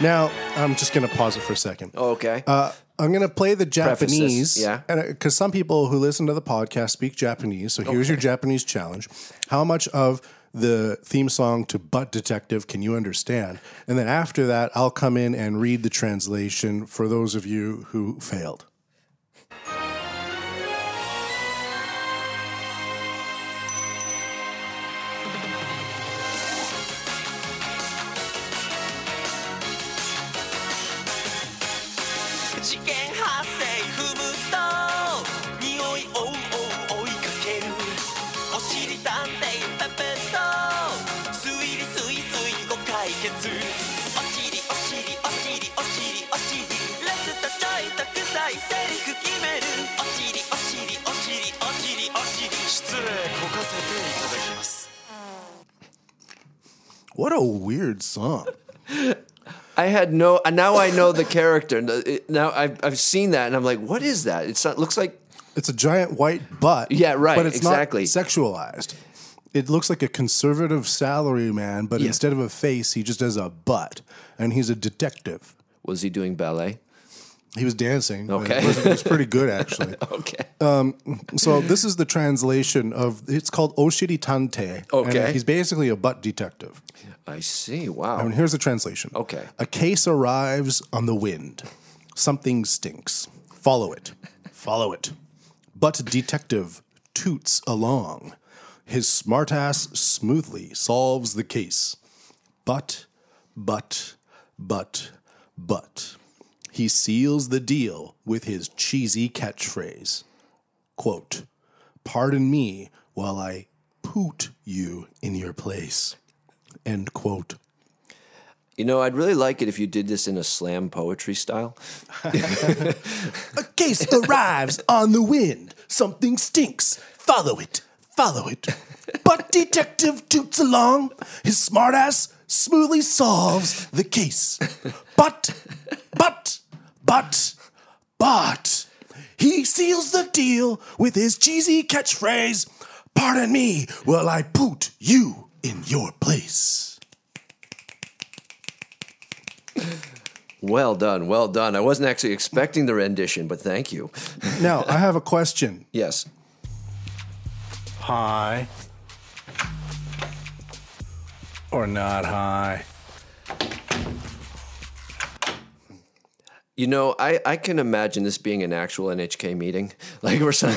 Speaker 1: Now, I'm just going to pause it for a second.
Speaker 2: Oh, Okay.
Speaker 1: Uh, I'm going to play the
Speaker 2: Prefaces,
Speaker 1: Japanese.
Speaker 2: yeah.
Speaker 1: Because some people who listen to the podcast speak Japanese. So here's your Japanese challenge. How much of the theme song to Butt Detective can you understand? And then after that, I'll come in and read the translation for those of you who failed.
Speaker 6: 事件発生踏むと匂い追う追う追いかけるお尻探偵パペット推理推推を解決お尻お尻お尻お尻お尻ラストちょいと臭いセリフ決めるお尻お尻お尻お尻お尻失礼こかせていただきます
Speaker 1: What a weird song.
Speaker 2: I had no. uh, Now I know the character. No, it- Now I've I've seen that, and I'm like, what is that? It's not, looks like
Speaker 1: It's a giant white butt.
Speaker 2: Yeah, right,
Speaker 1: But it's
Speaker 2: exactly.
Speaker 1: not sexualized. It looks like a conservative salary man, but
Speaker 2: Yeah.
Speaker 1: instead of a face, he just has a butt, and he's a detective.
Speaker 2: was he doing ballet?
Speaker 1: He was dancing.
Speaker 2: Okay.
Speaker 1: It was, it was pretty good
Speaker 2: [laughs]
Speaker 1: actually.
Speaker 2: Okay.
Speaker 1: so this is the translation of it's called Oshiri Tante.
Speaker 2: Okay.
Speaker 1: And he's basically a butt detective.
Speaker 2: I see. Wow.
Speaker 1: And here's the translation.
Speaker 2: Okay.
Speaker 1: A case arrives on the wind. Something stinks. Follow it. Follow it. But detective toots along. His smartass smoothly solves the case. But, but, but, but. He seals the deal with his cheesy catchphrase. Quote, Pardon me while I poot you in your place. End quote.
Speaker 2: You know, I'd really like it if you did this in a slam poetry style.
Speaker 1: A case arrives [laughs] on the wind. Something stinks. Follow it. Follow
Speaker 2: [laughs]
Speaker 1: it. But Detective toots along. His smartass smoothly solves the case. But, but, but, but, he seals the deal with his cheesy catchphrase Pardon me, will I poot you in your place?
Speaker 2: Well done, well done. I wasn't actually expecting the rendition, but thank you.
Speaker 1: Now, I have a question.
Speaker 2: Yes.
Speaker 1: high or not high.
Speaker 2: You know, I, I can imagine this being an actual NHK meeting. [laughs] Like we're some,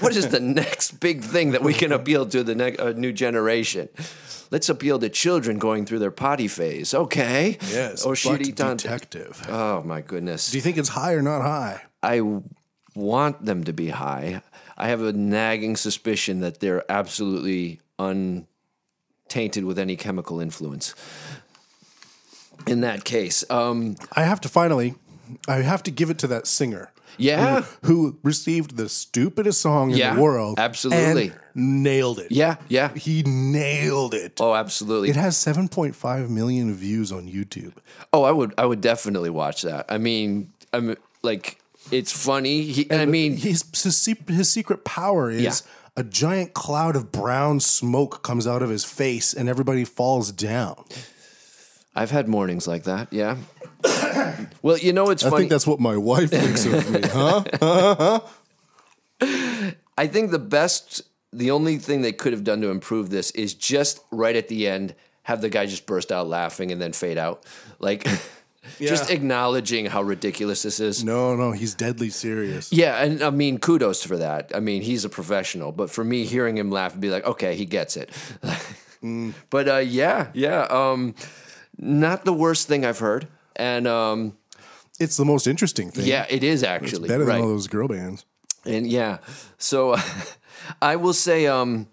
Speaker 2: What is the next big thing that we can appeal to the ne- uh, new generation? Let's appeal to children going through their potty phase. Okay.
Speaker 1: Yes.
Speaker 2: Oh,
Speaker 1: but
Speaker 2: shitty dante.
Speaker 1: detective.
Speaker 2: Oh my goodness.
Speaker 1: Do you think it's high or not high?
Speaker 2: I w- want them to be high. I have a nagging suspicion that they're absolutely untainted with any chemical influence. In that case, um,
Speaker 1: I have to finally, I have to give it to that singer
Speaker 2: yeah,
Speaker 1: who received the stupidest song in
Speaker 2: Yeah,
Speaker 1: the world.
Speaker 2: absolutely.
Speaker 1: and nailed it.
Speaker 2: yeah, yeah.
Speaker 1: He nailed it.
Speaker 2: Oh, absolutely.
Speaker 1: It has 7.5 million views on YouTube.
Speaker 2: Oh, I would I would definitely watch that. I mean, I'm like it's funny. He, and I mean,
Speaker 1: His, his, se- his secret power is
Speaker 2: Yeah.
Speaker 1: a giant cloud of brown smoke comes out of his face and everybody falls down.
Speaker 2: I've had mornings like that. Yeah. [coughs] well, you know, it's
Speaker 1: I
Speaker 2: funny.
Speaker 1: think that's what my wife thinks of
Speaker 2: [laughs]
Speaker 1: me, huh?
Speaker 2: I think the best, the only thing they could have done to improve this is just right at the end have the guy just burst out laughing and then fade out, like
Speaker 1: [laughs]
Speaker 2: just
Speaker 1: Yeah.
Speaker 2: acknowledging how ridiculous this is.
Speaker 1: No, no, he's deadly serious.
Speaker 2: Yeah, and I mean, kudos for that. I mean, he's a professional, but for me, hearing him laugh, be like, okay, he gets it. [laughs]
Speaker 1: Mm.
Speaker 2: But uh, yeah, yeah, um, not the worst thing I've heard, and um,
Speaker 1: It's the most interesting thing.
Speaker 2: yeah, it is actually
Speaker 1: Better
Speaker 2: right.
Speaker 1: than all those girl bands.
Speaker 2: And yeah, so [laughs] I will say, um,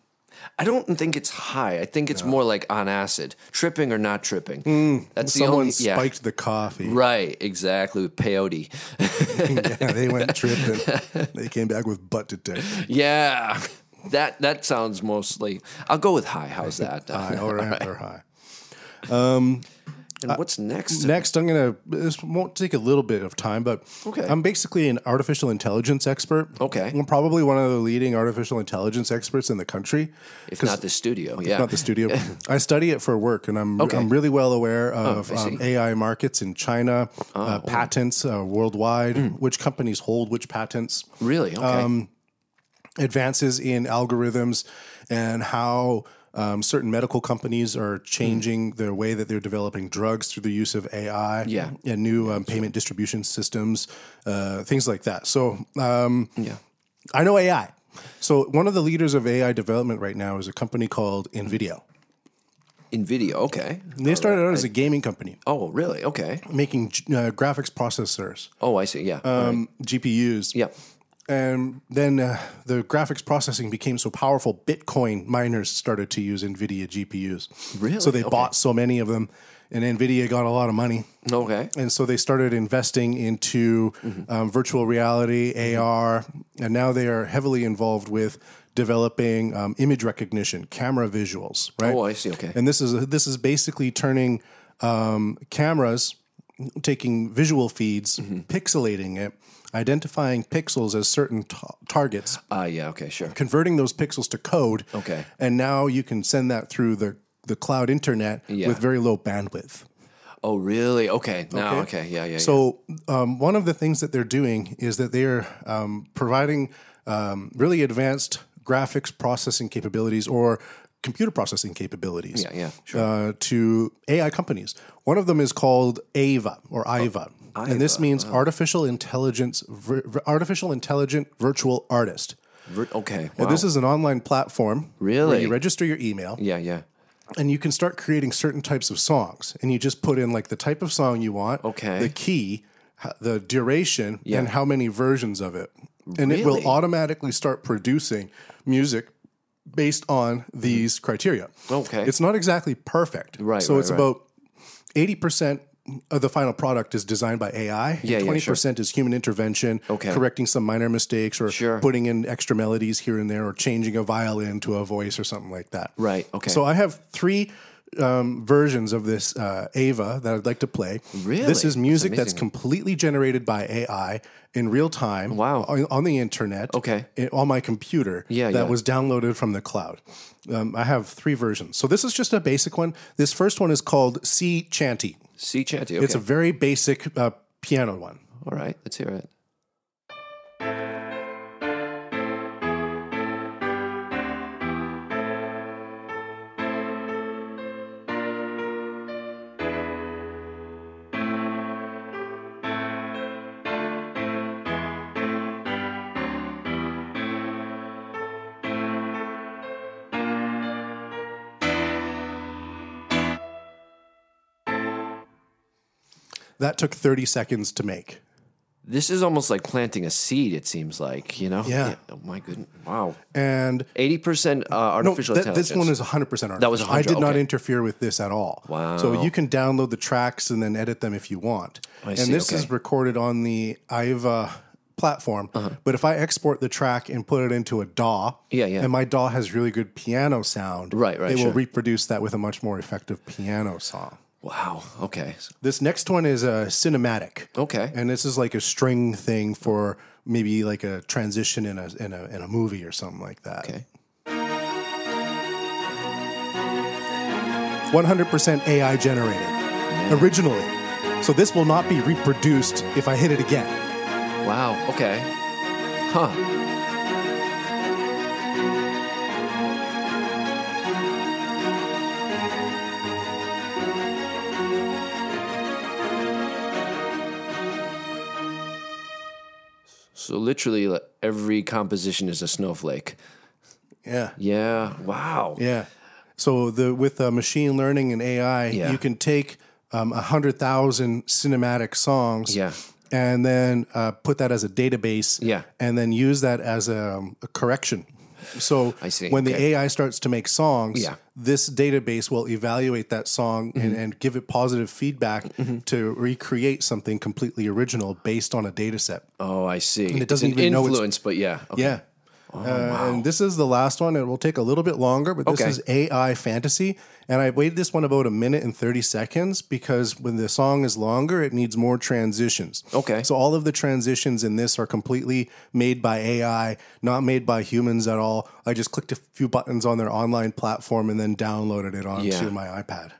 Speaker 2: I don't think it's high. I think it's more like on acid, tripping or not tripping. That's the
Speaker 1: Hmm. Someone
Speaker 2: only yeah.
Speaker 1: spiked the coffee.
Speaker 2: Right, exactly. Peyote.
Speaker 1: [laughs]
Speaker 2: [laughs]
Speaker 1: yeah, they went tripping. they came back with butt detective.
Speaker 2: yeah, that that sounds mostly. I'll go with high. How's that? Uh,
Speaker 1: High or after high.
Speaker 2: and what's next?
Speaker 1: Uh, Next, I'm gonna. This won't take a little bit of time, but
Speaker 2: Okay.
Speaker 1: I'm basically an artificial intelligence expert.
Speaker 2: Okay.
Speaker 1: I'm probably one of the leading artificial intelligence experts in the country.
Speaker 2: if not the studio,
Speaker 1: [laughs]
Speaker 2: yeah.
Speaker 1: not the studio. [laughs] I study it for work, and I'm
Speaker 2: Okay. Oh,
Speaker 1: I'm really well aware of
Speaker 2: I see. Oh,
Speaker 1: um, AI markets in China, uh, patents uh, worldwide,
Speaker 2: Hmm.
Speaker 1: which companies hold which patents,
Speaker 2: really? Okay.
Speaker 1: Um, advances in algorithms, and how. Um, certain medical companies are changing the way that they're developing drugs through the use of AI
Speaker 2: Yeah.
Speaker 1: and new um, payment distribution systems, uh, things like that. So um,
Speaker 2: yeah.
Speaker 1: I know AI. So one of the leaders of AI development right now is a company called NVIDIA.
Speaker 2: In video, okay.
Speaker 1: They started out as a gaming company
Speaker 2: Oh, really? Okay.
Speaker 1: making uh, graphics processors,
Speaker 2: Oh, I see. Yeah. All right.
Speaker 1: Um, GPUs.
Speaker 2: Yeah.
Speaker 1: And then uh, the graphics processing became so powerful, Bitcoin miners started to use NVIDIA GPUs.
Speaker 2: Really?
Speaker 1: So they
Speaker 2: Okay. Oh,
Speaker 1: bought so many of them, and NVIDIA got a lot of money.
Speaker 2: Okay.
Speaker 1: And so they started investing into
Speaker 2: Mm-hmm.
Speaker 1: um, virtual reality, AR, and now they are heavily involved with developing um, image recognition, camera visuals, right?
Speaker 2: Oh, I see. Okay.
Speaker 1: And this is this is basically turning um, cameras, taking visual feeds,
Speaker 2: Mm-hmm.
Speaker 1: pixelating it, identifying pixels as certain ta- targets,
Speaker 2: Ah, yeah. Okay. Sure.
Speaker 1: converting those pixels to code.
Speaker 2: Okay.
Speaker 1: And now you can send that through the the cloud internet
Speaker 2: Yeah.
Speaker 1: with very low bandwidth.
Speaker 2: Oh, really? Okay. Now, Oh, okay. Yeah. Yeah. yeah.
Speaker 1: So um, one of the things that they're doing is that they are um, providing um, really advanced graphics processing capabilities or computer processing capabilities
Speaker 2: Yeah, yeah,
Speaker 1: uh, to AI companies. One of them is called AVA or
Speaker 2: Oh,
Speaker 1: IVA. and this means artificial intelligence, vir- artificial intelligent virtual artist.
Speaker 2: Ver- okay.
Speaker 1: And
Speaker 2: Wow.
Speaker 1: this is an online platform. Where
Speaker 2: Really?
Speaker 1: you register your email
Speaker 2: Yeah. Yeah.
Speaker 1: and you can start creating certain types of songs and you just put in like the type of song you want
Speaker 2: Okay.
Speaker 1: the key h- the duration
Speaker 2: Yeah.
Speaker 1: and how many versions of it and it
Speaker 2: Really?
Speaker 1: will automatically start producing music based on these criteria.
Speaker 2: Okay.
Speaker 1: It's not exactly perfect.
Speaker 2: Right,
Speaker 1: So
Speaker 2: right,
Speaker 1: it's
Speaker 2: right.
Speaker 1: about 80% of the final product is designed by AI.
Speaker 2: Yeah, yeah,
Speaker 1: 20% is human intervention,
Speaker 2: Okay.
Speaker 1: correcting some minor mistakes or
Speaker 2: Sure.
Speaker 1: putting in extra melodies here and there or changing a violin to a voice or something like that.
Speaker 2: Right, okay.
Speaker 1: So I have three um, versions of this uh, Ava that I'd like to play.
Speaker 2: Really?
Speaker 1: This is
Speaker 2: That's
Speaker 1: music that's,
Speaker 2: amazing.
Speaker 1: completely generated by AI in real time.
Speaker 2: Wow.
Speaker 1: On, on the internet.
Speaker 2: Okay.
Speaker 1: i- on my computer.
Speaker 2: Yeah,
Speaker 1: That
Speaker 2: yeah.
Speaker 1: was downloaded from the cloud. Um, I have three versions. So this is just a basic one. This first one is called C Chanty.
Speaker 2: Sea chanty.
Speaker 1: It's a
Speaker 2: okay.
Speaker 1: very basic uh, piano one.
Speaker 2: All right, let's hear it.
Speaker 1: That took 30 seconds to make.
Speaker 2: This is almost like planting a seed. It seems like you know.
Speaker 1: Yeah.
Speaker 2: oh my goodness. Wow.
Speaker 1: And
Speaker 2: Eighty percent uh,
Speaker 1: no,
Speaker 2: artificial
Speaker 1: that,
Speaker 2: intelligence.
Speaker 1: this one is 100% artificial.
Speaker 2: That was
Speaker 1: I
Speaker 2: 100,
Speaker 1: did not
Speaker 2: okay.
Speaker 1: interfere with this at all.
Speaker 2: Wow.
Speaker 1: So you can download the tracks and then edit them if you want.
Speaker 2: I
Speaker 1: and
Speaker 2: see,
Speaker 1: this
Speaker 2: okay.
Speaker 1: is recorded on the IVA platform. But if I export the track and put it into a DAW,
Speaker 2: Uh-huh. Yeah, yeah.
Speaker 1: and my DAW has really good piano sound,
Speaker 2: Right, right,
Speaker 1: they
Speaker 2: sure.
Speaker 1: will reproduce that with a much more effective piano song.
Speaker 2: Wow. Okay.
Speaker 1: This next one is a cinematic.
Speaker 2: Okay.
Speaker 1: And this is like a string thing for maybe like a transition in a in a in a movie or something like that.
Speaker 2: Okay.
Speaker 1: 100% AI generated originally. So this will not be reproduced if I hit it again.
Speaker 2: Wow. Okay. Huh. So literally, like, every composition is a snowflake.
Speaker 1: Yeah.
Speaker 2: Yeah. Wow.
Speaker 1: Yeah. So the with uh, machine learning and AI,
Speaker 2: Yeah.
Speaker 1: you can take um, 100,000 cinematic songs.
Speaker 2: Yeah.
Speaker 1: And then uh, put that as a database.
Speaker 2: Yeah.
Speaker 1: And then use that as a, um, a correction. So
Speaker 2: I see.
Speaker 1: when the
Speaker 2: Okay.
Speaker 1: AI starts to make songs,
Speaker 2: Yeah. Mm-hmm.
Speaker 1: this database will evaluate that song and, and give it positive feedback to recreate something completely original based on a data set.
Speaker 2: Oh, I see.
Speaker 1: it doesn't
Speaker 2: it's an
Speaker 1: even know it's-
Speaker 2: influence, but yeah. Okay.
Speaker 1: Yeah.
Speaker 2: Oh,
Speaker 1: Uh, And this is the last one. It will take a little bit longer, but this
Speaker 2: Okay.
Speaker 1: is AI fantasy. And I weighed this one about a minute and 30 seconds because when the song is longer, it needs more transitions.
Speaker 2: Okay.
Speaker 1: So all of the transitions in this are completely made by AI, not made by humans at all. I just clicked a few buttons on their online platform and then downloaded it onto
Speaker 2: Yeah.
Speaker 1: my iPad.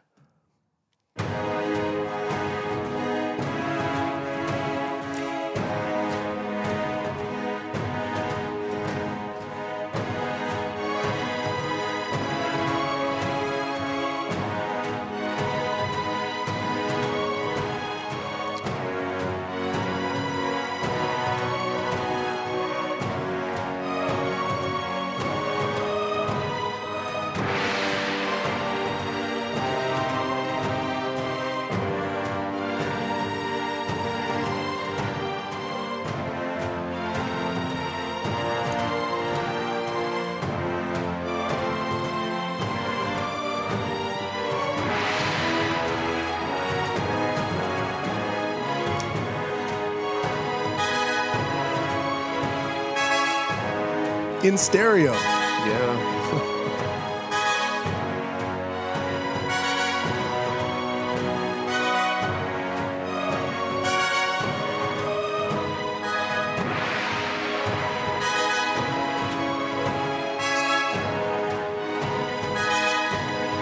Speaker 1: In stereo.
Speaker 2: Yeah. That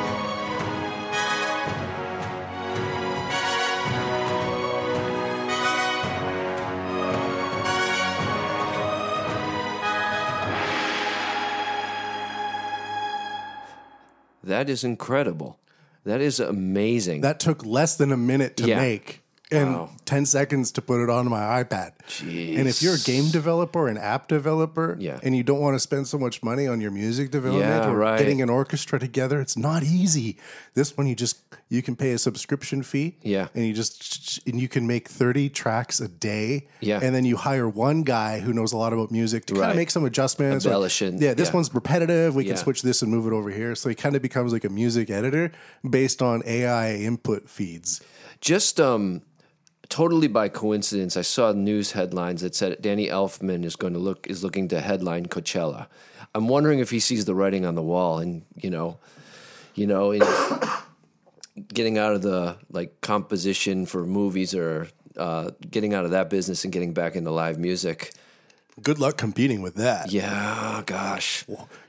Speaker 2: is incredible. That is amazing.
Speaker 1: That took less than a minute to
Speaker 2: Yeah.
Speaker 1: make. and
Speaker 2: Wow.
Speaker 1: 10 seconds to put it on my iPad. And if you're a game developer, an app developer,
Speaker 2: Yeah.
Speaker 1: and you don't want to spend so much money on your music development
Speaker 2: Yeah,
Speaker 1: or
Speaker 2: right.
Speaker 1: getting an orchestra together, it's not easy. This one you just you can pay a subscription fee.
Speaker 2: Yeah.
Speaker 1: And you just and you can make 30 tracks a day.
Speaker 2: Yeah.
Speaker 1: And then you hire one guy who knows a lot about music to kind
Speaker 2: Right.
Speaker 1: of make some adjustments. or,
Speaker 2: Embellish it.
Speaker 1: Yeah, this
Speaker 2: Yeah.
Speaker 1: one's repetitive. We can
Speaker 2: Yeah.
Speaker 1: switch this and move it over here. So he kind of becomes like a music editor based on AI input feeds.
Speaker 2: just um totally by coincidence i saw news headlines that said danny elfman is going to look is looking to headline coachella i'm wondering if he sees the writing on the wall and you know you know in [coughs] getting out of the like composition for movies or uh, getting out of that business and getting back into live music
Speaker 1: Good luck competing with that.
Speaker 2: yeah gosh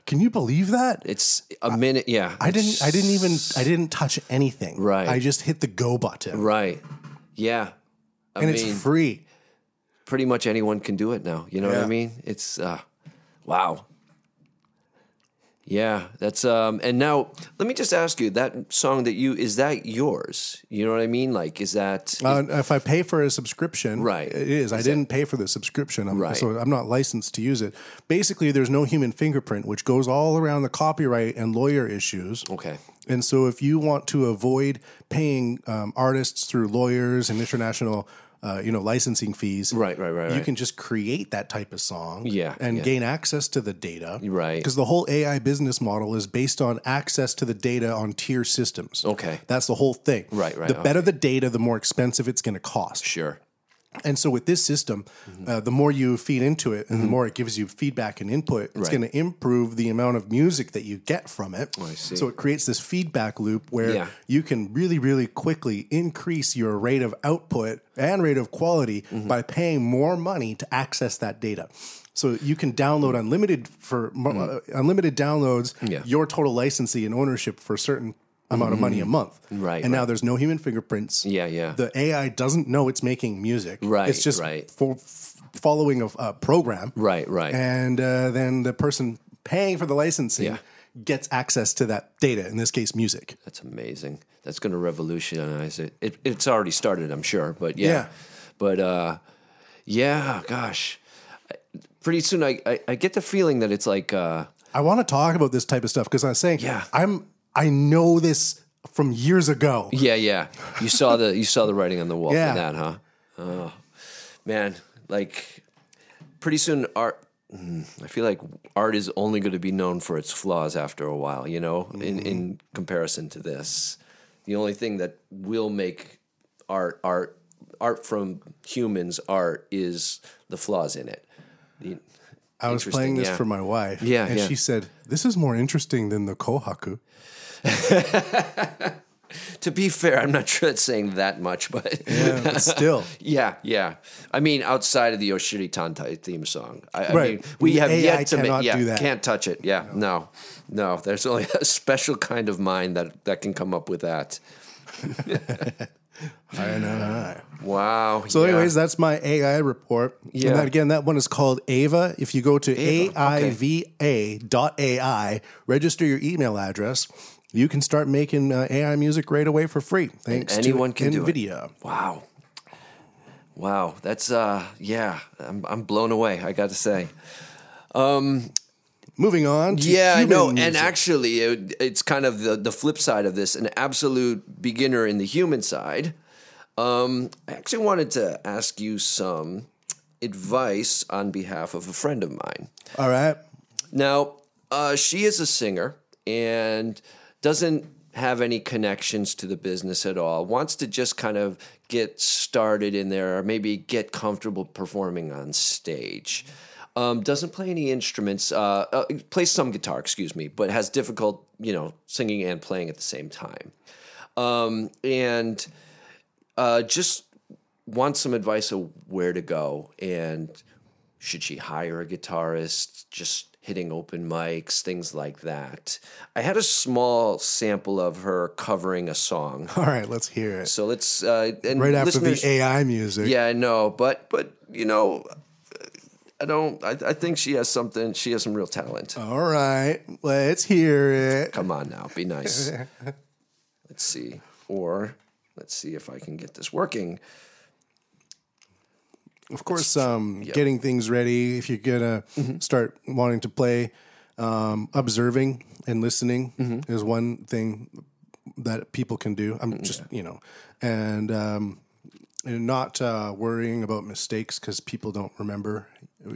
Speaker 1: Can you believe that?
Speaker 2: it's a minute yeah
Speaker 1: I didn't. I didn't even. I didn't touch anything.
Speaker 2: Right.
Speaker 1: I just hit the go button,
Speaker 2: right yeah I
Speaker 1: and
Speaker 2: mean-
Speaker 1: it's free.
Speaker 2: pretty much anyone can do it now. You know what I
Speaker 1: Yeah.
Speaker 2: mean? It's uh, wow. Yeah, that's um. And now let me just ask you that song that you is that yours? You know what I mean? Like, is that
Speaker 1: Uh, if I pay for a subscription,
Speaker 2: Right.
Speaker 1: It is. I didn't pay for the subscription, I'm,
Speaker 2: Right.
Speaker 1: so I'm not licensed to use it. Basically, there's no human fingerprint, which goes all around the copyright and lawyer issues.
Speaker 2: okay?
Speaker 1: And so, if you want to avoid paying um, artists through lawyers and international, uh, you know, licensing fees,
Speaker 2: Right, right, right,
Speaker 1: you
Speaker 2: right.
Speaker 1: can just create that type of song,
Speaker 2: Yeah,
Speaker 1: and
Speaker 2: yeah.
Speaker 1: gain access to the data,
Speaker 2: Right.
Speaker 1: Because the whole AI business model is based on access to the data on tier systems.
Speaker 2: Okay.
Speaker 1: that's the whole thing.
Speaker 2: Right, right,
Speaker 1: The better
Speaker 2: okay.
Speaker 1: the data, the more expensive it's going to cost.
Speaker 2: Sure.
Speaker 1: And so with this system,
Speaker 2: Mm-hmm.
Speaker 1: uh, the more you feed into it and the more it gives you feedback and input, it's
Speaker 2: Right. Oh,
Speaker 1: going to improve the amount of music that you get from it.
Speaker 2: I see.
Speaker 1: So it creates this feedback loop where
Speaker 2: Yeah.
Speaker 1: you can really, really quickly increase your rate of output and rate of quality
Speaker 2: Mm-hmm.
Speaker 1: by paying more money to access that data. So you can download unlimited for mo- uh, unlimited downloads
Speaker 2: Mm-hmm. Yeah.
Speaker 1: your total licensee and ownership for a certain amount of money a month.
Speaker 2: Mm-hmm. Right,
Speaker 1: And now
Speaker 2: right.
Speaker 1: there's no human fingerprints.
Speaker 2: Yeah, yeah.
Speaker 1: The AI doesn't know it's making music.
Speaker 2: Right,
Speaker 1: It's just
Speaker 2: right.
Speaker 1: for f- following a, a program.
Speaker 2: Right, right.
Speaker 1: And uh, then the person paying for the licensing
Speaker 2: Yeah.
Speaker 1: gets access to that data. In this case, music.
Speaker 2: That's amazing. That's going to revolutionize it. it. It's already started, I'm sure, but yeah.
Speaker 1: Yeah.
Speaker 2: But uh, yeah, gosh. I- Pretty soon, I, I I get the feeling that it's like uh,
Speaker 1: I want to talk about this type of stuff because I'm saying,
Speaker 2: Yeah.
Speaker 1: I'm I know this from years ago.
Speaker 2: Yeah, yeah. You saw the you saw the writing on the wall
Speaker 1: Yeah.
Speaker 2: for that, huh? Oh man, like pretty soon art. mm, I feel like art is only going to be known for its flaws after a while. You know, in
Speaker 1: Mm-hmm.
Speaker 2: in comparison to this, the only thing that will make art art art from humans art is the flaws in it. The-
Speaker 1: I was
Speaker 2: Interesting,
Speaker 1: playing this
Speaker 2: yeah.
Speaker 1: for my wife.
Speaker 2: Yeah,
Speaker 1: And
Speaker 2: yeah.
Speaker 1: she said, This is more interesting than the
Speaker 2: [laughs]
Speaker 1: Kohaku.
Speaker 2: to be fair, I'm not [laughs] sure it's saying that much, but
Speaker 1: Yeah, but still.
Speaker 2: Yeah, yeah. I mean, outside of the Oshiri Tantai theme song, I, I
Speaker 1: Right.
Speaker 2: mean, we have
Speaker 1: AI
Speaker 2: yet to
Speaker 1: cannot
Speaker 2: make. Yeah,
Speaker 1: do that.
Speaker 2: can't touch it. Yeah, no. no, There's only a [laughs] special kind of mind that that can come up
Speaker 1: [laughs]
Speaker 2: with that.
Speaker 1: I know. I-
Speaker 2: Wow.
Speaker 1: So, anyways, that's my AI report.
Speaker 2: Yeah.
Speaker 1: And that, again, that one is called Ava. If you go to
Speaker 2: Ava,
Speaker 1: AIVA dot AI, register your email address. You can start making uh, AI music right away for free. Thanks
Speaker 2: anyone
Speaker 1: to
Speaker 2: can do it.
Speaker 1: NVIDIA.
Speaker 2: wow. Wow, that's uh, yeah, I'm I'm blown away. I got to say.
Speaker 1: Moving on. To
Speaker 2: yeah, I
Speaker 1: human
Speaker 2: know.
Speaker 1: music.
Speaker 2: And actually, it, it's kind of the, the flip side of this an absolute beginner in the human side. Um, I actually wanted to ask you some advice on behalf of a friend of mine.
Speaker 1: all right.
Speaker 2: Now, uh, she is a singer and doesn't have any connections to the business at all. Wants to just kind of get started in there or maybe get comfortable performing on stage. Um, doesn't play any instruments. Uh, uh, plays some guitar, excuse me, but has difficult, you know, singing and playing at the same time. Um, and uh, just wants some advice of where to go and should she hire a guitarist just hitting open mics things like that i had a small sample of her covering a song [laughs]
Speaker 1: All right. Let's hear it.
Speaker 2: so let's uh and
Speaker 1: Right after
Speaker 2: listeners,
Speaker 1: the AI music.
Speaker 2: yeah i know but but you know i don't I, I think she has something she has some real talent
Speaker 1: All right. Let's hear it. [laughs]
Speaker 2: come on now be nice let's see or Let's see if I can get this working.
Speaker 1: Of course, um, getting things ready, if you're going to
Speaker 2: Mm-hmm.
Speaker 1: start wanting to play, um, observing and listening
Speaker 2: Mm-hmm.
Speaker 1: is one thing that people can do. I'm just, you know, and, um, and not uh, worrying about mistakes because people don't remember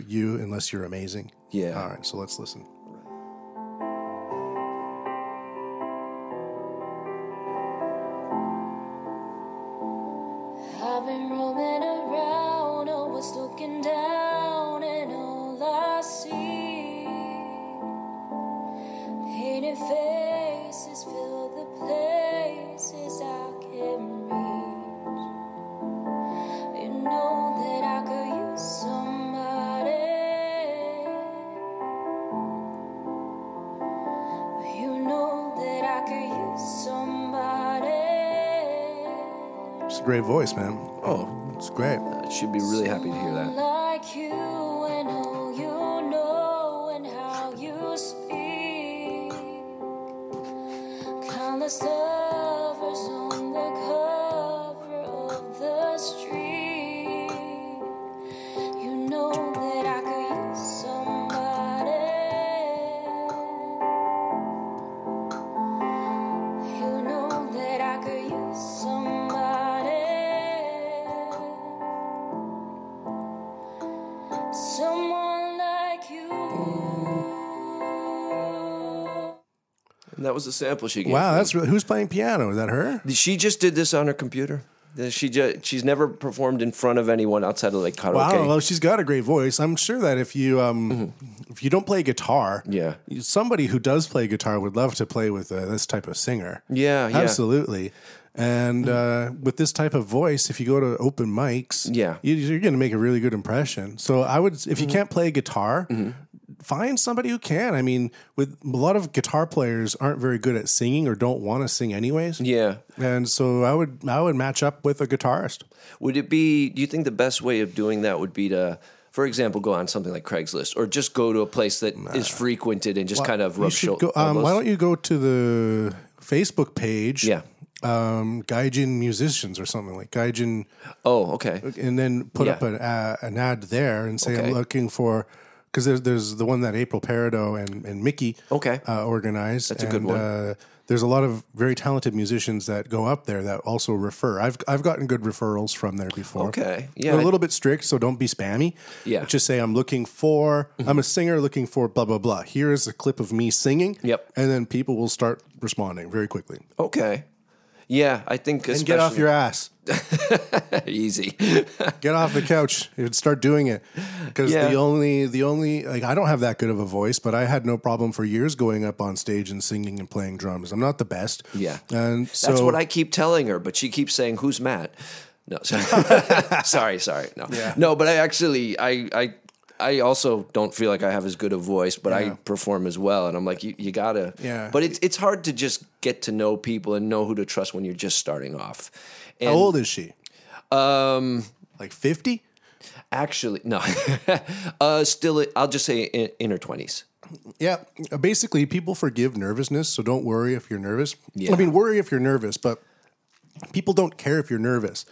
Speaker 1: you unless you're amazing.
Speaker 2: Yeah.
Speaker 1: All right, so let's listen.
Speaker 7: I've been roaming around, always looking down, and all I see painted faces fill the places I can reach. You know that I could use somebody. You know that I could use somebody.
Speaker 1: It's a great voice, man.
Speaker 2: Oh,
Speaker 1: It's great.
Speaker 2: I should be really happy to hear that.
Speaker 7: Like you and all you know and how you speak. Countless lovers on the cover of the street. You know that I could use somebody. You know that I could use somebody. Someone like you.
Speaker 2: And that was the sample she gave.
Speaker 1: Wow,
Speaker 2: me.
Speaker 1: that's really, who's playing piano? Is that her?
Speaker 2: she just did this on her computer. She just, she's never performed in front of anyone outside of like karaoke.
Speaker 1: Wow, well, she's got a great voice. I'm sure that if you um, if you don't play guitar,
Speaker 2: Mm-hmm. Yeah.
Speaker 1: you- somebody who does play guitar would love to play with uh, this type of singer.
Speaker 2: Yeah, yeah.
Speaker 1: absolutely. And uh, with this type of voice, if you go to open mics,
Speaker 2: Yeah. Mm-hmm.
Speaker 1: you, you're going to make a really good impression. So I would, if you can't play guitar. Find somebody who can. I mean, with a lot of guitar players aren't very good at singing or don't want to sing anyways.
Speaker 2: Yeah.
Speaker 1: And so I would I would match up with a guitarist.
Speaker 2: Would it be? Do you think the best way of doing that would be to, for example, go on something like Craigslist, or just go to a place that is frequented and just kind of
Speaker 1: You
Speaker 2: rub
Speaker 1: should
Speaker 2: shoulder?
Speaker 1: go- um, why don't you go to the Facebook page?
Speaker 2: Yeah.
Speaker 1: Um, Gaijin musicians or something like Gaijin,
Speaker 2: Oh, okay.
Speaker 1: and then put
Speaker 2: Yeah.
Speaker 1: up an, uh, an ad there and say,
Speaker 2: Okay.
Speaker 1: I'm looking for, because there's, there's the one that April Parado and, and Mickey
Speaker 2: Okay.
Speaker 1: uh, organized. That's
Speaker 2: a good one.
Speaker 1: Uh, there's a lot of very talented musicians that go up there that also refer. I've, I've gotten good referrals from there before.
Speaker 2: Okay. Yeah,
Speaker 1: They're
Speaker 2: I-
Speaker 1: a little bit strict, so don't be spammy.
Speaker 2: Yeah.
Speaker 1: Just say, I'm looking for, I'm a singer looking for blah, blah, blah. Here is a clip of me singing.
Speaker 2: Yep.
Speaker 1: And then people will start responding very quickly.
Speaker 2: Okay. Yeah, I think
Speaker 1: And get off your ass.
Speaker 2: [laughs] easy.
Speaker 1: Get off the couch and start doing it. Because
Speaker 2: Yeah.
Speaker 1: the only, the only, like, I don't have that good of a voice, but I had no problem for years going up on stage and singing and playing drums. I'm not the best.
Speaker 2: Yeah.
Speaker 1: And so
Speaker 2: That's what I keep telling her, but she keeps saying, "Who's Matt?" No, [laughs] sorry,
Speaker 1: [laughs]
Speaker 2: sorry, sorry. No, no, but I actually, I, I, I also don't feel like I have as good a voice, but I
Speaker 1: Yeah.
Speaker 2: perform as well, and I'm like, you, you gotta.
Speaker 1: Yeah.
Speaker 2: But it's it's hard to just get to know people and know who to trust when you're just starting off. And
Speaker 1: How old is she? Oh.
Speaker 2: Um,
Speaker 1: Like 50?
Speaker 2: actually, no. [laughs] uh, still, I'll just say in, in her twenties.
Speaker 1: Yeah. Basically, people forgive nervousness, so don't worry if you're nervous.
Speaker 2: Yeah.
Speaker 1: I mean, worry if you're nervous, but people don't care if you're nervous.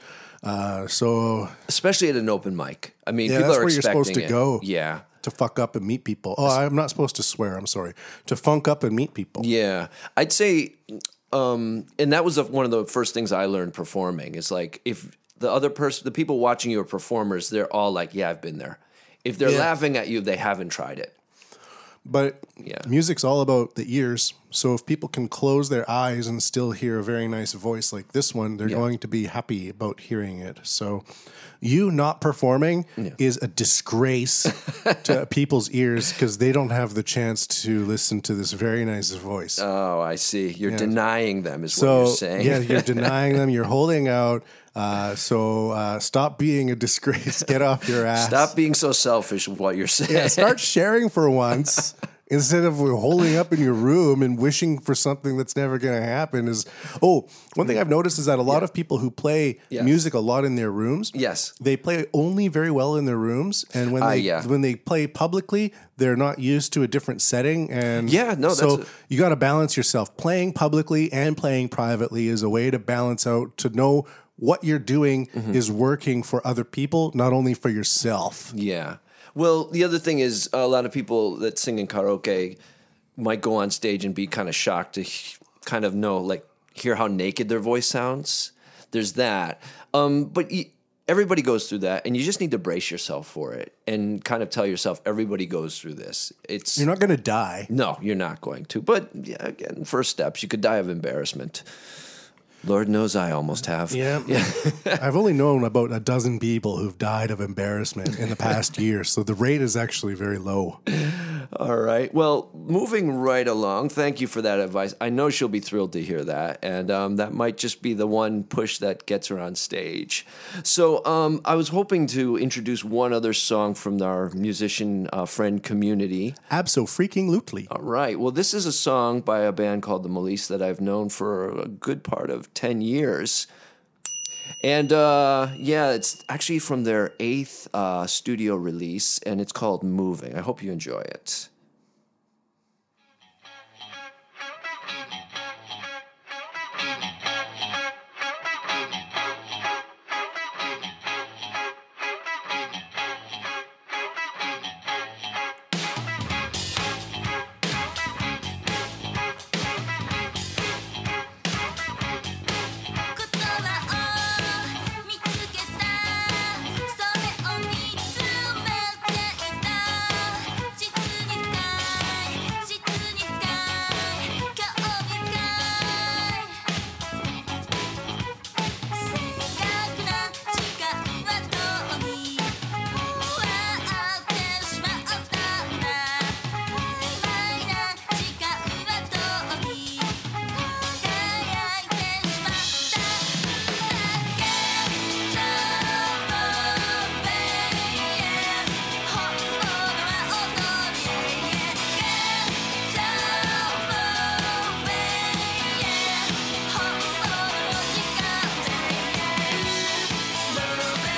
Speaker 1: Uh, so
Speaker 2: especially at an open mic. I mean,
Speaker 1: Yeah,
Speaker 2: people
Speaker 1: that's
Speaker 2: are
Speaker 1: where you're
Speaker 2: expecting
Speaker 1: supposed to
Speaker 2: it.
Speaker 1: go.
Speaker 2: Yeah,
Speaker 1: to fuck up and meet people. Oh, I'm not supposed to swear. I'm sorry. To funk up and meet people.
Speaker 2: yeah. I'd say, um, and that was the- one of the first things I learned performing. Is like if the other person, the people watching you are performers, they're all like, "Yeah, I've been there." If they're
Speaker 1: Yeah.
Speaker 2: laughing at you, they haven't tried it.
Speaker 1: But
Speaker 2: Yeah.
Speaker 1: music's all about the ears. So if people can close their eyes and still hear a very nice voice like this one, they're going to be happy about hearing it. So you not performing is a
Speaker 2: [laughs]
Speaker 1: disgrace to people's ears because they don't have the chance to listen to this very nice voice.
Speaker 2: Oh, I see. You're denying them, is
Speaker 1: so
Speaker 2: what you're saying.
Speaker 1: yeah,
Speaker 2: [laughs]
Speaker 1: you're denying them. You're holding out. Uh, so uh, stop being a disgrace. Get off your ass. [laughs]
Speaker 2: Stop being so selfish with what you're saying.
Speaker 1: Yeah, start sharing for once. Instead of holding up in your room and wishing for something that's never going to happen, is oh, one thing I've noticed is that a lot of people who play
Speaker 2: Yeah.
Speaker 1: music a lot in their rooms,
Speaker 2: Yes.
Speaker 1: they play only very well in their rooms, and when
Speaker 2: Ah,
Speaker 1: they
Speaker 2: yeah.
Speaker 1: when they play publicly, they're not used to a different setting. And
Speaker 2: Yeah, no,
Speaker 1: so
Speaker 2: that's a-
Speaker 1: you got to balance yourself. Playing publicly and playing privately is a way to balance out to know what you're doing
Speaker 2: Mm-hmm.
Speaker 1: is working for other people, not only for yourself.
Speaker 2: Yeah. Well, the other thing is a lot of people that sing in karaoke might go on stage and be kind of shocked to h- kind of know, like, hear how naked their voice sounds. There's that. Um, but y everybody goes through that, and you just need to brace yourself for it and kind of tell yourself everybody goes through this. It's
Speaker 1: You're not going to die.
Speaker 2: no, you're not going to. But yeah, again, first steps. You could die of embarrassment. Lord knows I almost have. [laughs]
Speaker 1: Yeah. I've only known about a dozen people who've died of embarrassment in the
Speaker 2: [laughs]
Speaker 1: past year, so the rate is actually very low.
Speaker 2: All right. Well, moving right along. Thank you for that advice. I know she'll be thrilled to hear that, and um, that might just be the one push that gets her on stage. So, um, I was hoping to introduce one other song from our musician uh, friend community.
Speaker 1: Abso freaking lootly.
Speaker 2: All right. Well, this is a song by a band called The Malice that I've known for a good part of 10 years. And uh, yeah, it's actually from their eighth uh, studio release, and it's called Moving. I hope you enjoy it.
Speaker 8: 「言葉を見つけた」「それを見つめていた」「質に深い質に深い興味深い」「正確な時間はどうに終わってしまったんだ」「曖昧な時間はどうに輝いてしまった」「だけど baby 本物は踊り」「Get down baby 本物の時間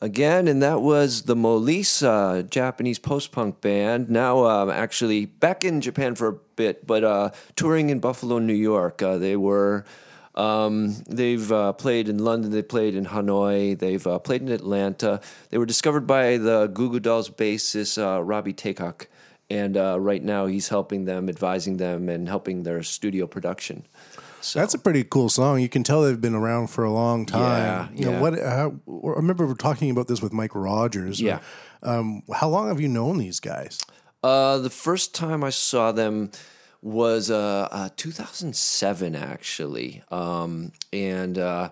Speaker 2: again, and that was the Molisa, Japanese post punk band. Now, um, actually, back in Japan for a bit, but uh, touring in Buffalo, New York. Uh, they were. Um, they've uh, played in London. They played in Hanoi. They've uh, played in Atlanta. They were discovered by the Goo Goo Dolls bassist uh, Robbie Takok, and uh, right now he's helping them, advising them, and helping their studio production.
Speaker 1: That's a pretty cool song. You can tell they've been around for a long time.
Speaker 2: Yeah,
Speaker 1: you know,
Speaker 2: yeah.
Speaker 1: what? How, I remember we were talking about this with Mike Rogers.
Speaker 2: Yeah.
Speaker 1: Um, how long have you known these guys?
Speaker 2: Uh, the first time I saw them was uh, uh 2007 actually um and uh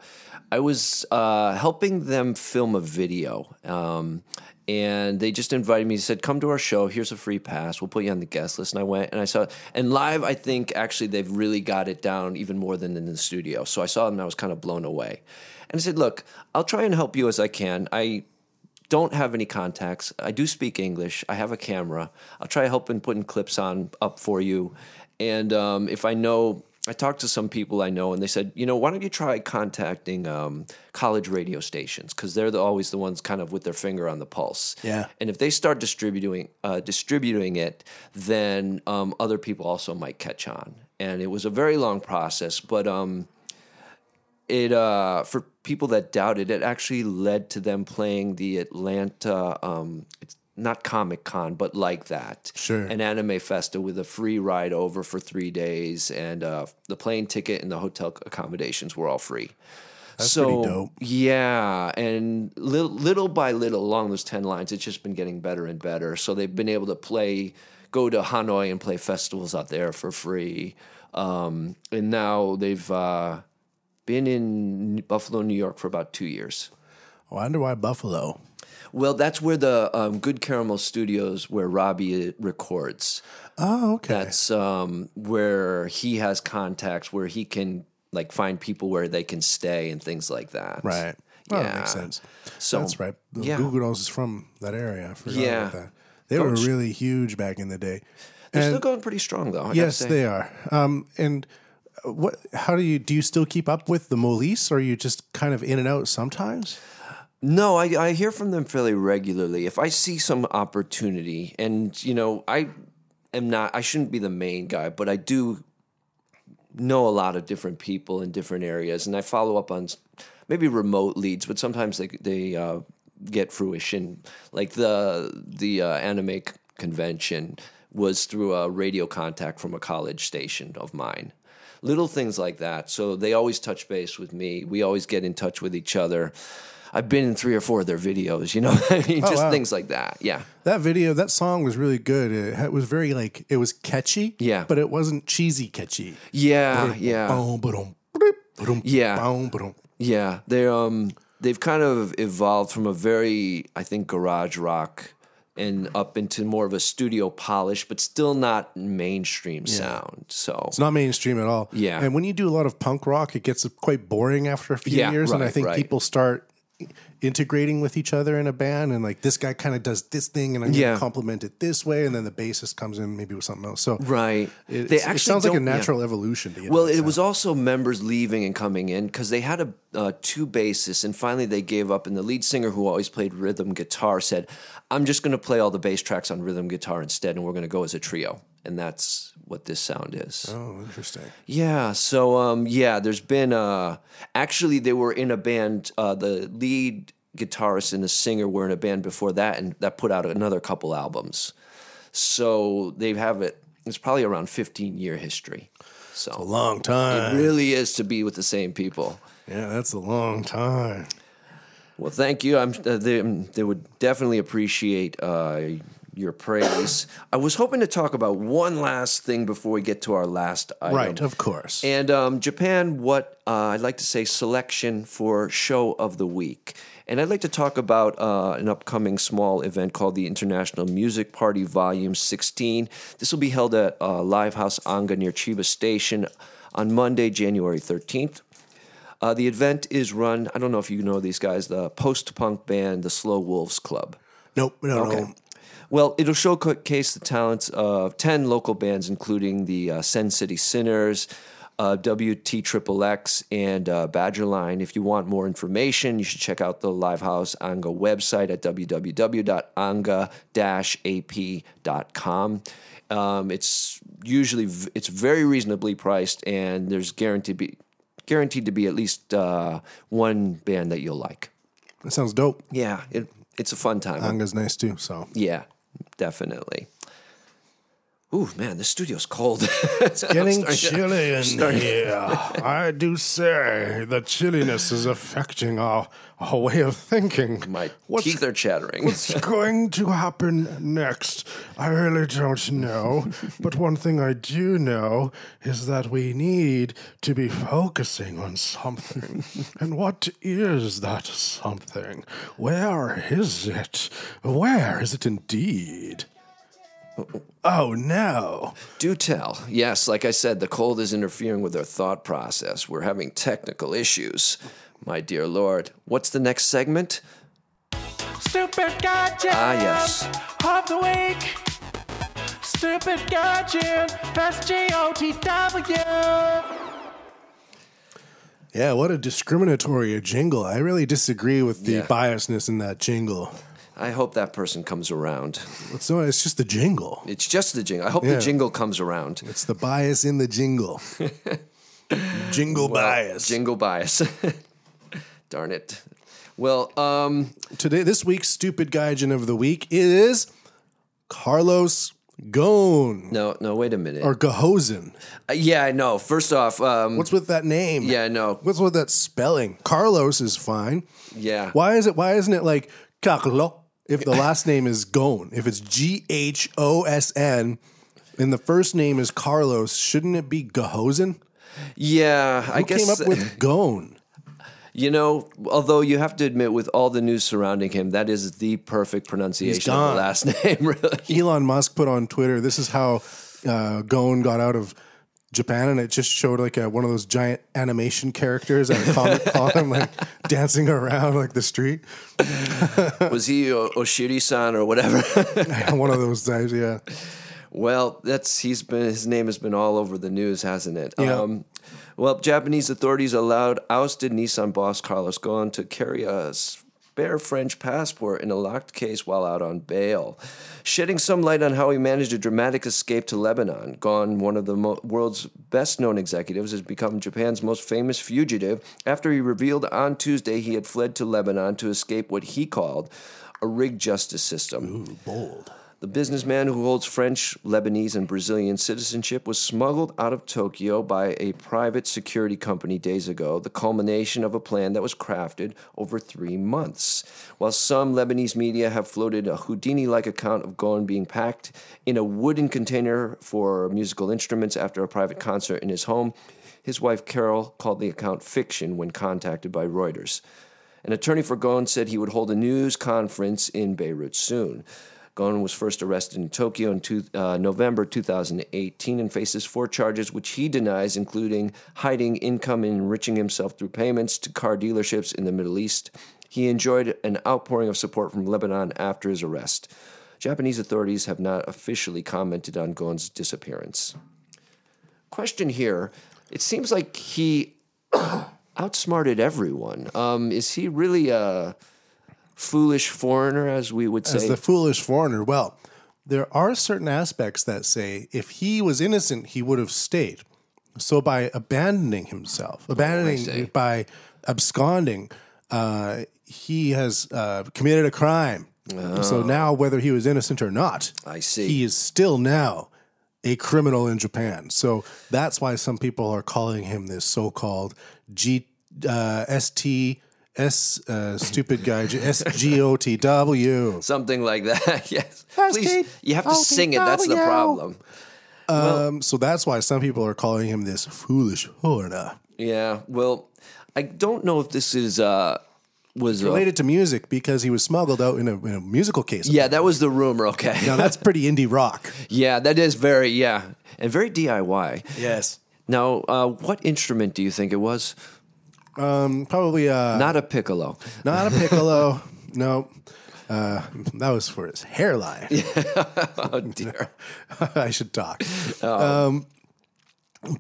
Speaker 2: i was uh helping them film a video um and they just invited me said come to our show here's a free pass we'll put you on the guest list and i went and i saw and live i think actually they've really got it down even more than in the studio so i saw them and i was kind of blown away and i said look i'll try and help you as i can i don't have any contacts. I do speak English. I have a camera. I'll try helping putting clips on up for you. And um, if I know, I talked to some people I know, and they said, you know, why don't you try contacting um, college radio stations because they're the, always the ones kind of with their finger on the pulse.
Speaker 1: Yeah.
Speaker 2: And if they start distributing uh, distributing it, then um, other people also might catch on. And it was a very long process, but um, it uh for people that doubted it actually led to them playing the Atlanta um it's not Comic Con but like that
Speaker 1: Sure.
Speaker 2: an anime festa with a free ride over for 3 days and uh the plane ticket and the hotel accommodations were all free so
Speaker 1: pretty dope.
Speaker 2: yeah and little, little by little along those 10 lines it's just been getting better and better so they've been able to play go to hanoi and play festivals out there for free um, and now they've uh, been in buffalo new york for about two years
Speaker 1: I wonder why Oh, Buffalo.
Speaker 2: Well, that's where the um, Good Caramel Studios, where Robbie uh, records.
Speaker 1: Oh, okay.
Speaker 2: That's um, where he has contacts, where he can like find people where they can stay and things like that.
Speaker 1: right. Well,
Speaker 2: yeah.
Speaker 1: that makes sense.
Speaker 2: So
Speaker 1: That's right. The
Speaker 2: yeah.
Speaker 1: Goo Goo Dolls is from that area. I forgot
Speaker 2: Yeah.
Speaker 1: about that. They were really huge back in the day.
Speaker 2: They're
Speaker 1: And-
Speaker 2: still going pretty strong though. I gotta
Speaker 1: Yes,
Speaker 2: say.
Speaker 1: they are. Um, and what? How do you do? You still keep up with the Molise, or are you just kind of in and out sometimes?
Speaker 2: No, I, I hear from them fairly regularly. If I see some opportunity, and you know, I am not, I shouldn't be the main guy, but I do know a lot of different people in different areas, and I follow up on s- maybe remote leads, but sometimes they they uh, get fruition. Like the the uh, anime c- convention was through a radio contact from a college station of mine. Little things like that. So they always touch base with me. We always get in touch with each other. I've been in three or four of their videos, you know, [laughs] I mean, just
Speaker 1: wow.
Speaker 2: things like that. Yeah.
Speaker 1: That video, that song was really good. It, had- was very like it was catchy.
Speaker 2: Yeah.
Speaker 1: but it wasn't cheesy catchy.
Speaker 2: Yeah. Yeah.
Speaker 1: Boom, ba-dum, bloop, ba-dum,
Speaker 2: Yeah.
Speaker 1: boom, ba-dum.
Speaker 2: Yeah, they um they've kind of evolved from a very I think garage rock and up into more of a studio polish, but still not mainstream sound. So
Speaker 1: It's not mainstream at all.
Speaker 2: Yeah.
Speaker 1: and when you do a lot of punk rock, it gets quite boring after a few
Speaker 2: Yeah,
Speaker 1: years, and I
Speaker 2: right,
Speaker 1: think
Speaker 2: right.
Speaker 1: people start integrating with each other in a band and like this guy kind of does this thing and I'm
Speaker 2: Yeah.
Speaker 1: gonna compliment it this way and then the bassist comes in maybe with something else. So
Speaker 2: right,
Speaker 1: It,
Speaker 2: they
Speaker 1: it
Speaker 2: actually
Speaker 1: sounds like a
Speaker 2: don't- yeah.
Speaker 1: natural evolution. To get
Speaker 2: Well,
Speaker 1: to that
Speaker 2: it was
Speaker 1: sound.
Speaker 2: also members leaving and coming in because they had a uh, two bassists, and finally they gave up. And the lead singer, who always played rhythm guitar, said, "I'm just going to play all the bass tracks on rhythm guitar instead, and we're going to go as a trio." And that's what this sound is.
Speaker 1: oh, interesting.
Speaker 2: Yeah. So, um, yeah, there's been uh, actually they were in a band. Uh, the lead guitarist and the singer were in a band before that, and that put out another couple albums. So they have it. It's probably around 15 year history.
Speaker 1: A
Speaker 2: So
Speaker 1: long
Speaker 2: it
Speaker 1: time.
Speaker 2: really is to be with the same people.
Speaker 1: yeah, that's a long time.
Speaker 2: Well, thank you. I'm, uh, they, um, they would definitely appreciate uh, your praise. I was hoping to talk about one last thing before we get to our last item.
Speaker 1: Right, of course.
Speaker 2: And um, Japan, what uh, I'd like to say, selection for show of the week. And I'd like to talk about uh, an upcoming small event called the International Music Party Volume 16. This will be held at uh, Livehouse Anga near Chiba Station on Monday, January 13th. Uh, the event is run, I don't know if you know these guys, the post punk band, the Slow Wolves Club.
Speaker 1: nope, no,
Speaker 2: Okay.
Speaker 1: no.
Speaker 2: Um, Well, it'll showcase the talents of 10 local bands, including the uh, Sen City Sinners, uh, WT Triple X, and uh, Badgerline. If you want more information, you should check out the Livehouse Anga website at www.anga-ap.com. Um, it's usually v- it's very reasonably priced, and there's guaranteed be, guaranteed to be at least uh, one band that you'll like.
Speaker 1: That sounds dope.
Speaker 2: Yeah, it, it's a fun time.
Speaker 1: Anga's nice too. So
Speaker 2: Yeah, definitely. Ooh, man, this studio's cold. [laughs] It's
Speaker 1: getting chilly
Speaker 2: [laughs]
Speaker 1: in here. I do say the chilliness is affecting our our way of thinking.
Speaker 2: My
Speaker 1: What's-
Speaker 2: teeth are chattering.
Speaker 1: What's going to happen next? I really don't know. But one thing I do know is that we need to be focusing on something. And what is that something? Where is it? Where is it indeed? Oh no.
Speaker 2: [laughs] Do tell. Yes, like I said, the cold is interfering with our thought process. We're having technical issues. My dear Lord, what's the next segment?
Speaker 4: Stupid goddamn.
Speaker 2: Ah, yes.
Speaker 4: Of the week. Stupid goddamn. That's G O T W.
Speaker 1: Yeah, what a discriminatory jingle. I really disagree with the
Speaker 2: Yeah.
Speaker 1: biasness in that jingle.
Speaker 2: I hope that person comes around.
Speaker 1: It's not it's just the jingle.
Speaker 2: It's just the jingle. I hope
Speaker 1: Yeah.
Speaker 2: the jingle comes around.
Speaker 1: It's the bias in the
Speaker 2: [laughs]
Speaker 1: jingle. jingle bias.
Speaker 2: Jingle bias. [laughs] Darn it. Well, um,
Speaker 1: Today, this week's stupid gaijin of the week is Carlos Ghosn
Speaker 2: no, no, wait a minute.
Speaker 1: or Gahosen.
Speaker 2: Uh, yeah, I know. First off, um,
Speaker 1: What's with that name?
Speaker 2: Yeah, I know.
Speaker 1: What's with that spelling? Carlos is fine.
Speaker 2: Yeah.
Speaker 1: Why is it? Why isn't it like Carlo?
Speaker 2: [laughs]
Speaker 1: If the last name is Ghosn, if it's G H O S N, and the first name is Carlos, shouldn't it be Gahosen?
Speaker 2: Yeah, I
Speaker 1: Who
Speaker 2: guess. [laughs]
Speaker 1: came up with Ghosn?
Speaker 2: You know, although you have to admit, with all the news surrounding him, that is the perfect pronunciation of
Speaker 1: gone.
Speaker 2: the last [laughs] name.
Speaker 1: [laughs]
Speaker 2: Really,
Speaker 1: Elon Musk put on Twitter, this is how uh, Gon got out of Japan, and it just showed like a, one of those giant animation characters at a comic con, like [laughs] dancing around like the street. [laughs]
Speaker 2: was he o- Oshiri-san or whatever?
Speaker 1: one of those guys, yeah.
Speaker 2: Well, that's he's been his name has been all over the news, hasn't it? Um,
Speaker 1: Yeah.
Speaker 2: well, Japanese authorities allowed ousted Nissan boss Carlos Ghosn to carry a spare French passport in a locked case while out on bail, shedding some light on how he managed a dramatic escape to Lebanon. Ghosn, one of the mo- world's best-known executives, has become Japan's most famous fugitive after he revealed on Tuesday he had fled to Lebanon to escape what he called a rigged justice system. The businessman who holds French, Lebanese, and Brazilian citizenship was smuggled out of Tokyo by a private security company days ago, the culmination of a plan that was crafted over three months. While some Lebanese media have floated a Houdini like account of Ghosn being packed in a wooden container for musical instruments after a private concert in his home, his wife Carol called the account fiction when contacted by Reuters. An attorney for Ghosn said he would hold a news conference in Beirut soon. Ghosn was first arrested in Tokyo in two, uh, November 2018 and faces four charges, which he denies, including hiding income and enriching himself through payments to car dealerships in the Middle East. He enjoyed an outpouring of support from Lebanon after his arrest. Japanese authorities have not officially commented on Ghosn's disappearance. Question here: It seems like he [coughs] outsmarted everyone. Um, is he really a foolish foreigner, as we would say?
Speaker 1: As the foolish foreigner. Well, there are certain aspects that say if he was innocent, he would have stayed. So by abandoning
Speaker 2: Oh,
Speaker 1: himself, abandoning by absconding, uh, he has uh, committed a crime. So now, whether he was innocent or not,
Speaker 2: Oh. I see.
Speaker 1: he is still now a criminal in Japan. So that's why some people are calling him this so-called G uh, ST. S uh, stupid guy S G O T W.
Speaker 2: [laughs] Something like that. [laughs] yes.
Speaker 1: First
Speaker 2: Please,
Speaker 1: aid,
Speaker 2: you have to sing it. That's the
Speaker 1: OTW.
Speaker 2: problem.
Speaker 1: Um, so that's why some people are calling him this foolish uh, horda.
Speaker 2: Yeah. Well, I don't know if this is uh was a-
Speaker 1: Related to music because he was smuggled out in a, in a musical case.
Speaker 2: yeah. That was the rumor. Okay.
Speaker 1: Now that's pretty indie rock.
Speaker 2: [laughs] yeah. That is very yeah and very DIY.
Speaker 1: Yes.
Speaker 2: Now, uh, what instrument do you think it was?
Speaker 1: Probably uh,
Speaker 2: Not a piccolo.
Speaker 1: not a piccolo. [laughs] no. Uh, that was for his
Speaker 2: [laughs]
Speaker 1: hairline.
Speaker 2: Oh dear.
Speaker 1: [laughs]
Speaker 2: Oh.
Speaker 1: I should talk. Um,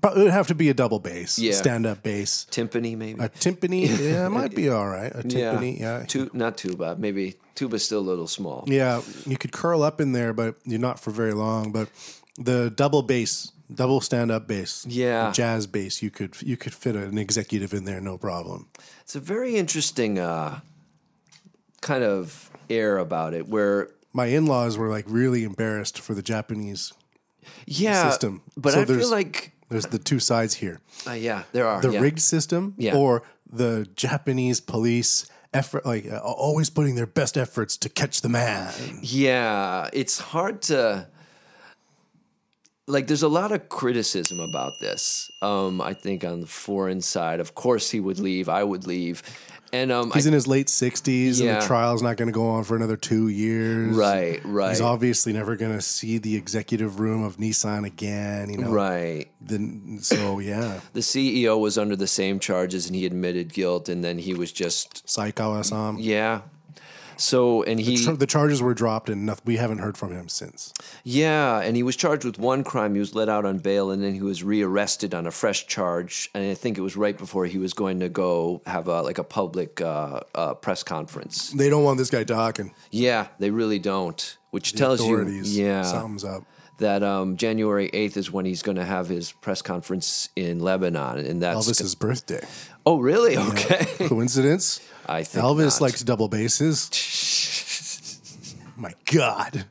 Speaker 1: but it would have to be a double bass,
Speaker 2: Yeah.
Speaker 1: stand up bass.
Speaker 2: Timpani maybe.
Speaker 1: A timpani, yeah, it might be all right. A
Speaker 2: [laughs]
Speaker 1: timpani, yeah. Yeah,
Speaker 2: Tu- not tuba. Maybe tuba's still a little small.
Speaker 1: you could curl up in there, but you're not for very long. But the double bass, double stand up bass,
Speaker 2: Yeah.
Speaker 1: jazz bass, you could you could fit an executive in there, no problem.
Speaker 2: It's a very interesting uh, kind of air about it where
Speaker 1: My in laws were like really embarrassed for the Japanese.
Speaker 2: yeah,
Speaker 1: System.
Speaker 2: but
Speaker 1: So
Speaker 2: I feel
Speaker 1: there's-
Speaker 2: like
Speaker 1: There's the two sides here.
Speaker 2: uh, yeah, there are
Speaker 1: the
Speaker 2: yeah.
Speaker 1: rigged system
Speaker 2: Yeah.
Speaker 1: or the Japanese police effort, like uh, always putting their best efforts to catch the man.
Speaker 2: Yeah, it's hard to like there's a lot of criticism about this. Um I think on the foreign side, of course he would leave, I would leave. And um I,
Speaker 1: He's in his late 60s and
Speaker 2: Yeah.
Speaker 1: the trial's not going to go on for another two years.
Speaker 2: [laughs] right, right.
Speaker 1: He's obviously never going to see the executive room of Nissan again, you know.
Speaker 2: Right.
Speaker 1: Then, so yeah,
Speaker 2: The CEO was under the same charges and he admitted guilt and then he was just
Speaker 1: Saikawa-san.
Speaker 2: yeah. So and he
Speaker 1: Tr- The charges were dropped and noth- we haven't heard from him since.
Speaker 2: Yeah, and he was charged with one crime. He was let out on bail, and then he was rearrested on a fresh charge. And I think it was right before he was going to go have a, like a public uh, uh, press conference.
Speaker 1: They don't want this guy talking.
Speaker 2: Yeah, they really don't, which tells you,
Speaker 1: Authorities.
Speaker 2: yeah,
Speaker 1: Something's up.
Speaker 2: that um, January eighth is when he's going to have his press conference in Lebanon, and that's
Speaker 1: Elvis's
Speaker 2: [laughs]
Speaker 1: birthday.
Speaker 2: oh really okay.
Speaker 1: Coincidence?
Speaker 2: I think
Speaker 1: Elvis
Speaker 2: not.
Speaker 1: likes double
Speaker 2: [laughs]
Speaker 1: basses. My God.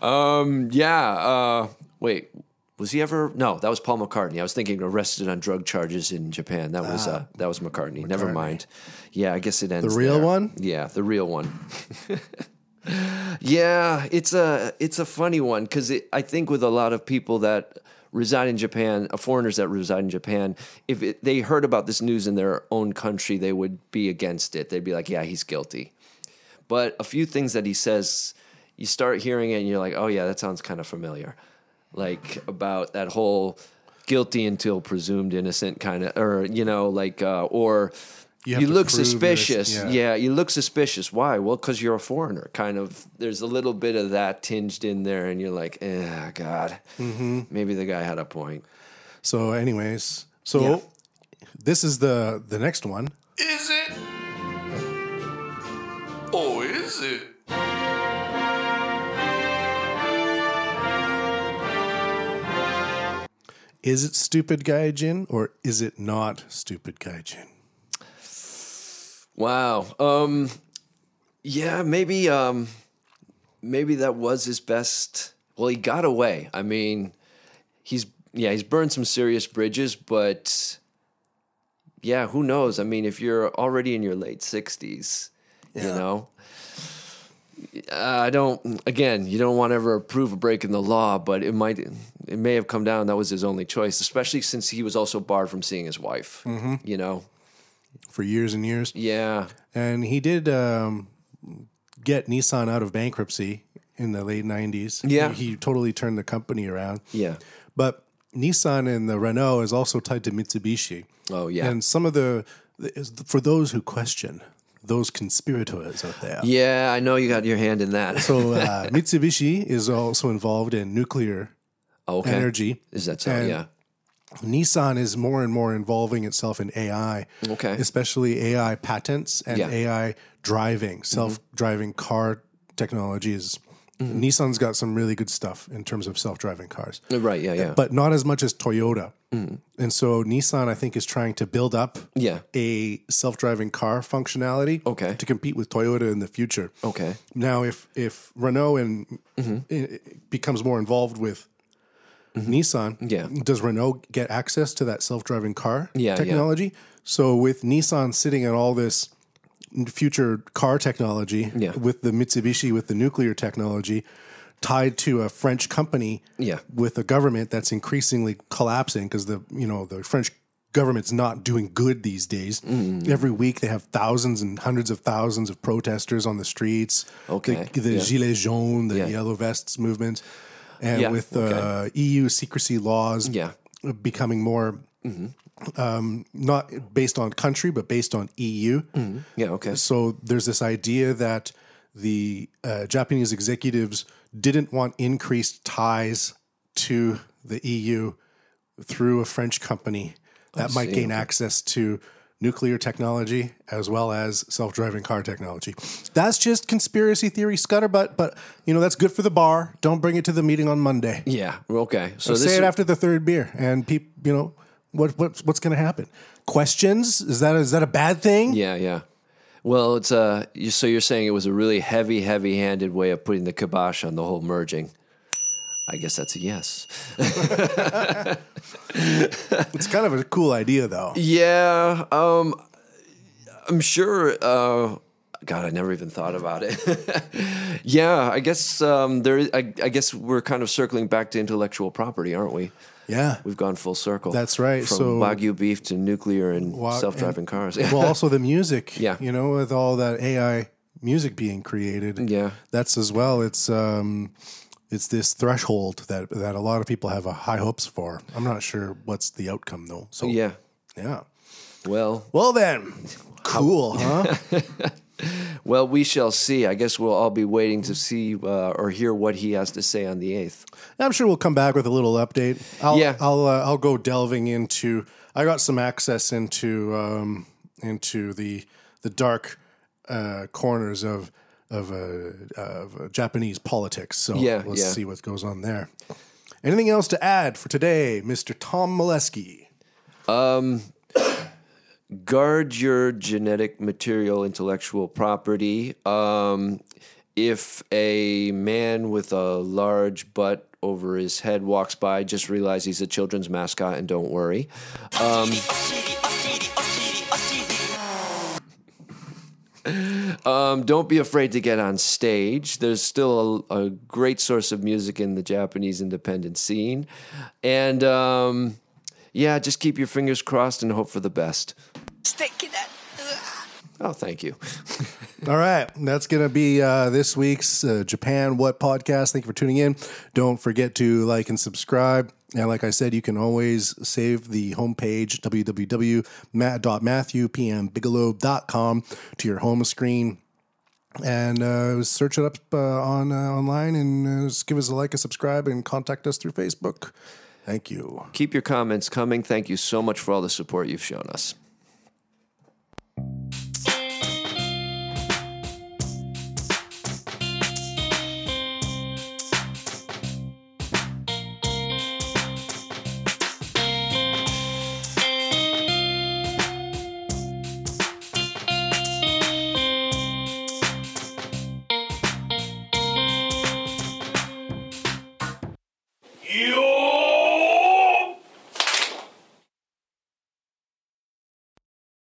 Speaker 2: Um, Yeah. Uh, wait, was he ever? No, that was Paul McCartney. I was thinking arrested on drug charges in Japan. That was uh, that was McCartney. Never mind. Yeah, I guess it ends.
Speaker 1: real
Speaker 2: there.
Speaker 1: one?
Speaker 2: Yeah, the real one. [laughs] Yeah, it's a it's a funny one because I think with a lot of people that reside in Japan, uh, foreigners that reside in Japan, if it, they heard about this news in their own country, they would be against it. They'd be like, "Yeah, he's guilty." But a few things that he says, you start hearing it, and you're like, "Oh yeah, that sounds kind of familiar." Like about that whole guilty until presumed innocent kind of, or you know, like uh, or. You,
Speaker 1: have to
Speaker 2: look
Speaker 1: prove you're-
Speaker 2: suspicious.
Speaker 1: yeah.
Speaker 2: yeah, yeah, you look suspicious. Why? Well, because you're a foreigner. Kind of. There's a little bit of that tinged in there, and you're like, eh, God,
Speaker 1: Mm-hmm.
Speaker 2: maybe the guy had a point.
Speaker 1: So, anyways, so this is the the next one.
Speaker 9: Is it? Or is it?
Speaker 1: Is it stupid gaijin or is it not stupid gaijin?
Speaker 2: Wow. Um, yeah, maybe. Um, maybe that was his best. Well, he got away. I mean, he's yeah, he's burned some serious bridges, but yeah, who knows? I mean, if you're already in your late sixties, you know. I don't. Again, you don't want to ever approve of breaking the law, but it might, it may have come down. That was his only choice, especially since he was also barred from seeing his wife. You know,
Speaker 1: For years and years,
Speaker 2: yeah,
Speaker 1: and he did um, get Nissan out of bankruptcy in the late '90s.
Speaker 2: Yeah.
Speaker 1: he, he totally turned the company around.
Speaker 2: yeah.
Speaker 1: But Nissan and the Renault is also tied to Mitsubishi.
Speaker 2: Oh, yeah.
Speaker 1: And some of the is- for those who question, those conspirators out there.
Speaker 2: Yeah, I know you got your hand in that. [laughs]
Speaker 1: So uh, Mitsubishi is also involved in nuclear
Speaker 2: Oh, okay.
Speaker 1: energy.
Speaker 2: Is that so?
Speaker 1: And
Speaker 2: yeah.
Speaker 1: Nissan is more and more involving itself in AI,
Speaker 2: Okay.
Speaker 1: especially AI patents and
Speaker 2: Yeah. Mm-hmm.
Speaker 1: AI driving, self-driving car technologies.
Speaker 2: Mm-hmm.
Speaker 1: Nissan's got some really good stuff in terms of self-driving cars.
Speaker 2: Uh, Right. Yeah. Yeah. Mm-hmm.
Speaker 1: but not as much as Toyota. And so Nissan, I think, is trying to build up
Speaker 2: Yeah.
Speaker 1: a self-driving car functionality
Speaker 2: Okay. Oh,
Speaker 1: to compete with Toyota in the future.
Speaker 2: okay.
Speaker 1: Now, if if Renault and
Speaker 2: Mm-hmm.
Speaker 1: i- becomes more involved with Nissan,
Speaker 2: Yeah.
Speaker 1: does Renault get access to that self-driving car
Speaker 2: Yeah, yeah.
Speaker 1: technology? So with Nissan sitting on all this future car technology
Speaker 2: Yeah.
Speaker 1: with the Mitsubishi with the nuclear technology tied to a French company
Speaker 2: Yeah.
Speaker 1: with a government that's increasingly collapsing because the you know the French government's not doing good these days.
Speaker 2: Mm.
Speaker 1: Every week they have thousands and hundreds of thousands of protesters on the streets.
Speaker 2: Okay.
Speaker 1: the, the
Speaker 2: Yeah.
Speaker 1: gilets jaunes, the
Speaker 2: Yeah.
Speaker 1: yellow vests movement, and
Speaker 2: Yeah,
Speaker 1: with uh,
Speaker 2: okay.
Speaker 1: EU secrecy laws
Speaker 2: Yeah. Mm-hmm.
Speaker 1: becoming more. Um, not based on country, but based on E EU.
Speaker 2: Yeah. Okay.
Speaker 1: So there's this idea that the uh, Japanese executives didn't want increased ties to the EU through a French company that might gain access to nuclear technology as well as self-driving car technology. That's just conspiracy theory scutterbutt, but you know that's good for the bar. Don't bring it to the meeting on Monday.
Speaker 2: Yeah. Okay. So this
Speaker 1: Say
Speaker 2: is-
Speaker 1: it after the third beer, and people, you know, what, what what's going to happen? Questions? Is that is that a bad thing?
Speaker 2: Yeah. Yeah. Well, it's uh. You, so you're saying it was a really heavy, heavy-handed way of putting the kibosh on the whole merging. I guess that's a yes.
Speaker 1: It's kind of a cool idea, though.
Speaker 2: Yeah. Um, I'm sure. Uh, God, I never even thought about it. [laughs] yeah, I guess um, there. I, I guess we're kind of circling back to intellectual property, aren't we?
Speaker 1: Yeah.
Speaker 2: We've gone full circle.
Speaker 1: That's right.
Speaker 2: From
Speaker 1: So-
Speaker 2: wagyu beef to nuclear and
Speaker 1: Wa-
Speaker 2: self-driving
Speaker 1: and-
Speaker 2: cars.
Speaker 1: well,
Speaker 2: [laughs]
Speaker 1: also the music.
Speaker 2: Yeah.
Speaker 1: You know, with all that AI music being created.
Speaker 2: Yeah.
Speaker 1: That's as well. It's um, it's this threshold that that a lot of people have a high hopes for. I'm not sure what's the outcome though. So
Speaker 2: yeah.
Speaker 1: yeah.
Speaker 2: Well,
Speaker 1: Well then,
Speaker 2: [laughs]
Speaker 1: cool, huh?
Speaker 2: well, we shall see. I guess we'll all be waiting to see uh, or hear what he has to say on the eighth.
Speaker 1: I'm sure we'll come back with a little update. I'll
Speaker 2: Yeah.
Speaker 1: I'll uh, I'll go delving into. I got some access into um, into the the dark uh, corners of of uh, of uh, Japanese politics. So
Speaker 2: Yeah,
Speaker 1: let's
Speaker 2: yeah.
Speaker 1: see what goes on there. Anything else to add for today, Mister Tom Molesky?
Speaker 2: guard your genetic material intellectual property um, if a man with a large butt over his head walks by just realize he's a children's mascot and don't worry
Speaker 6: お尻お尻お尻お尻
Speaker 2: Um, don't be afraid to get on stage. There's still a, a great source of music in the Japanese independent scene. And um, yeah, just keep your fingers crossed and hope for the best.
Speaker 6: 素敵だ
Speaker 2: Oh, thank you. [laughs]
Speaker 1: All right. That's going to be uh, this week's uh, Japan What podcast. Thank you for tuning in. Don't forget to like and subscribe. And like I said, you can always save the homepage, www.matthewpmbigelow.com, to your home screen. And uh, search it up uh, on uh, online and uh, just give us a like, a subscribe, and contact us through Facebook. Thank you.
Speaker 2: Keep your comments coming. Thank you so much for all the support you've shown us.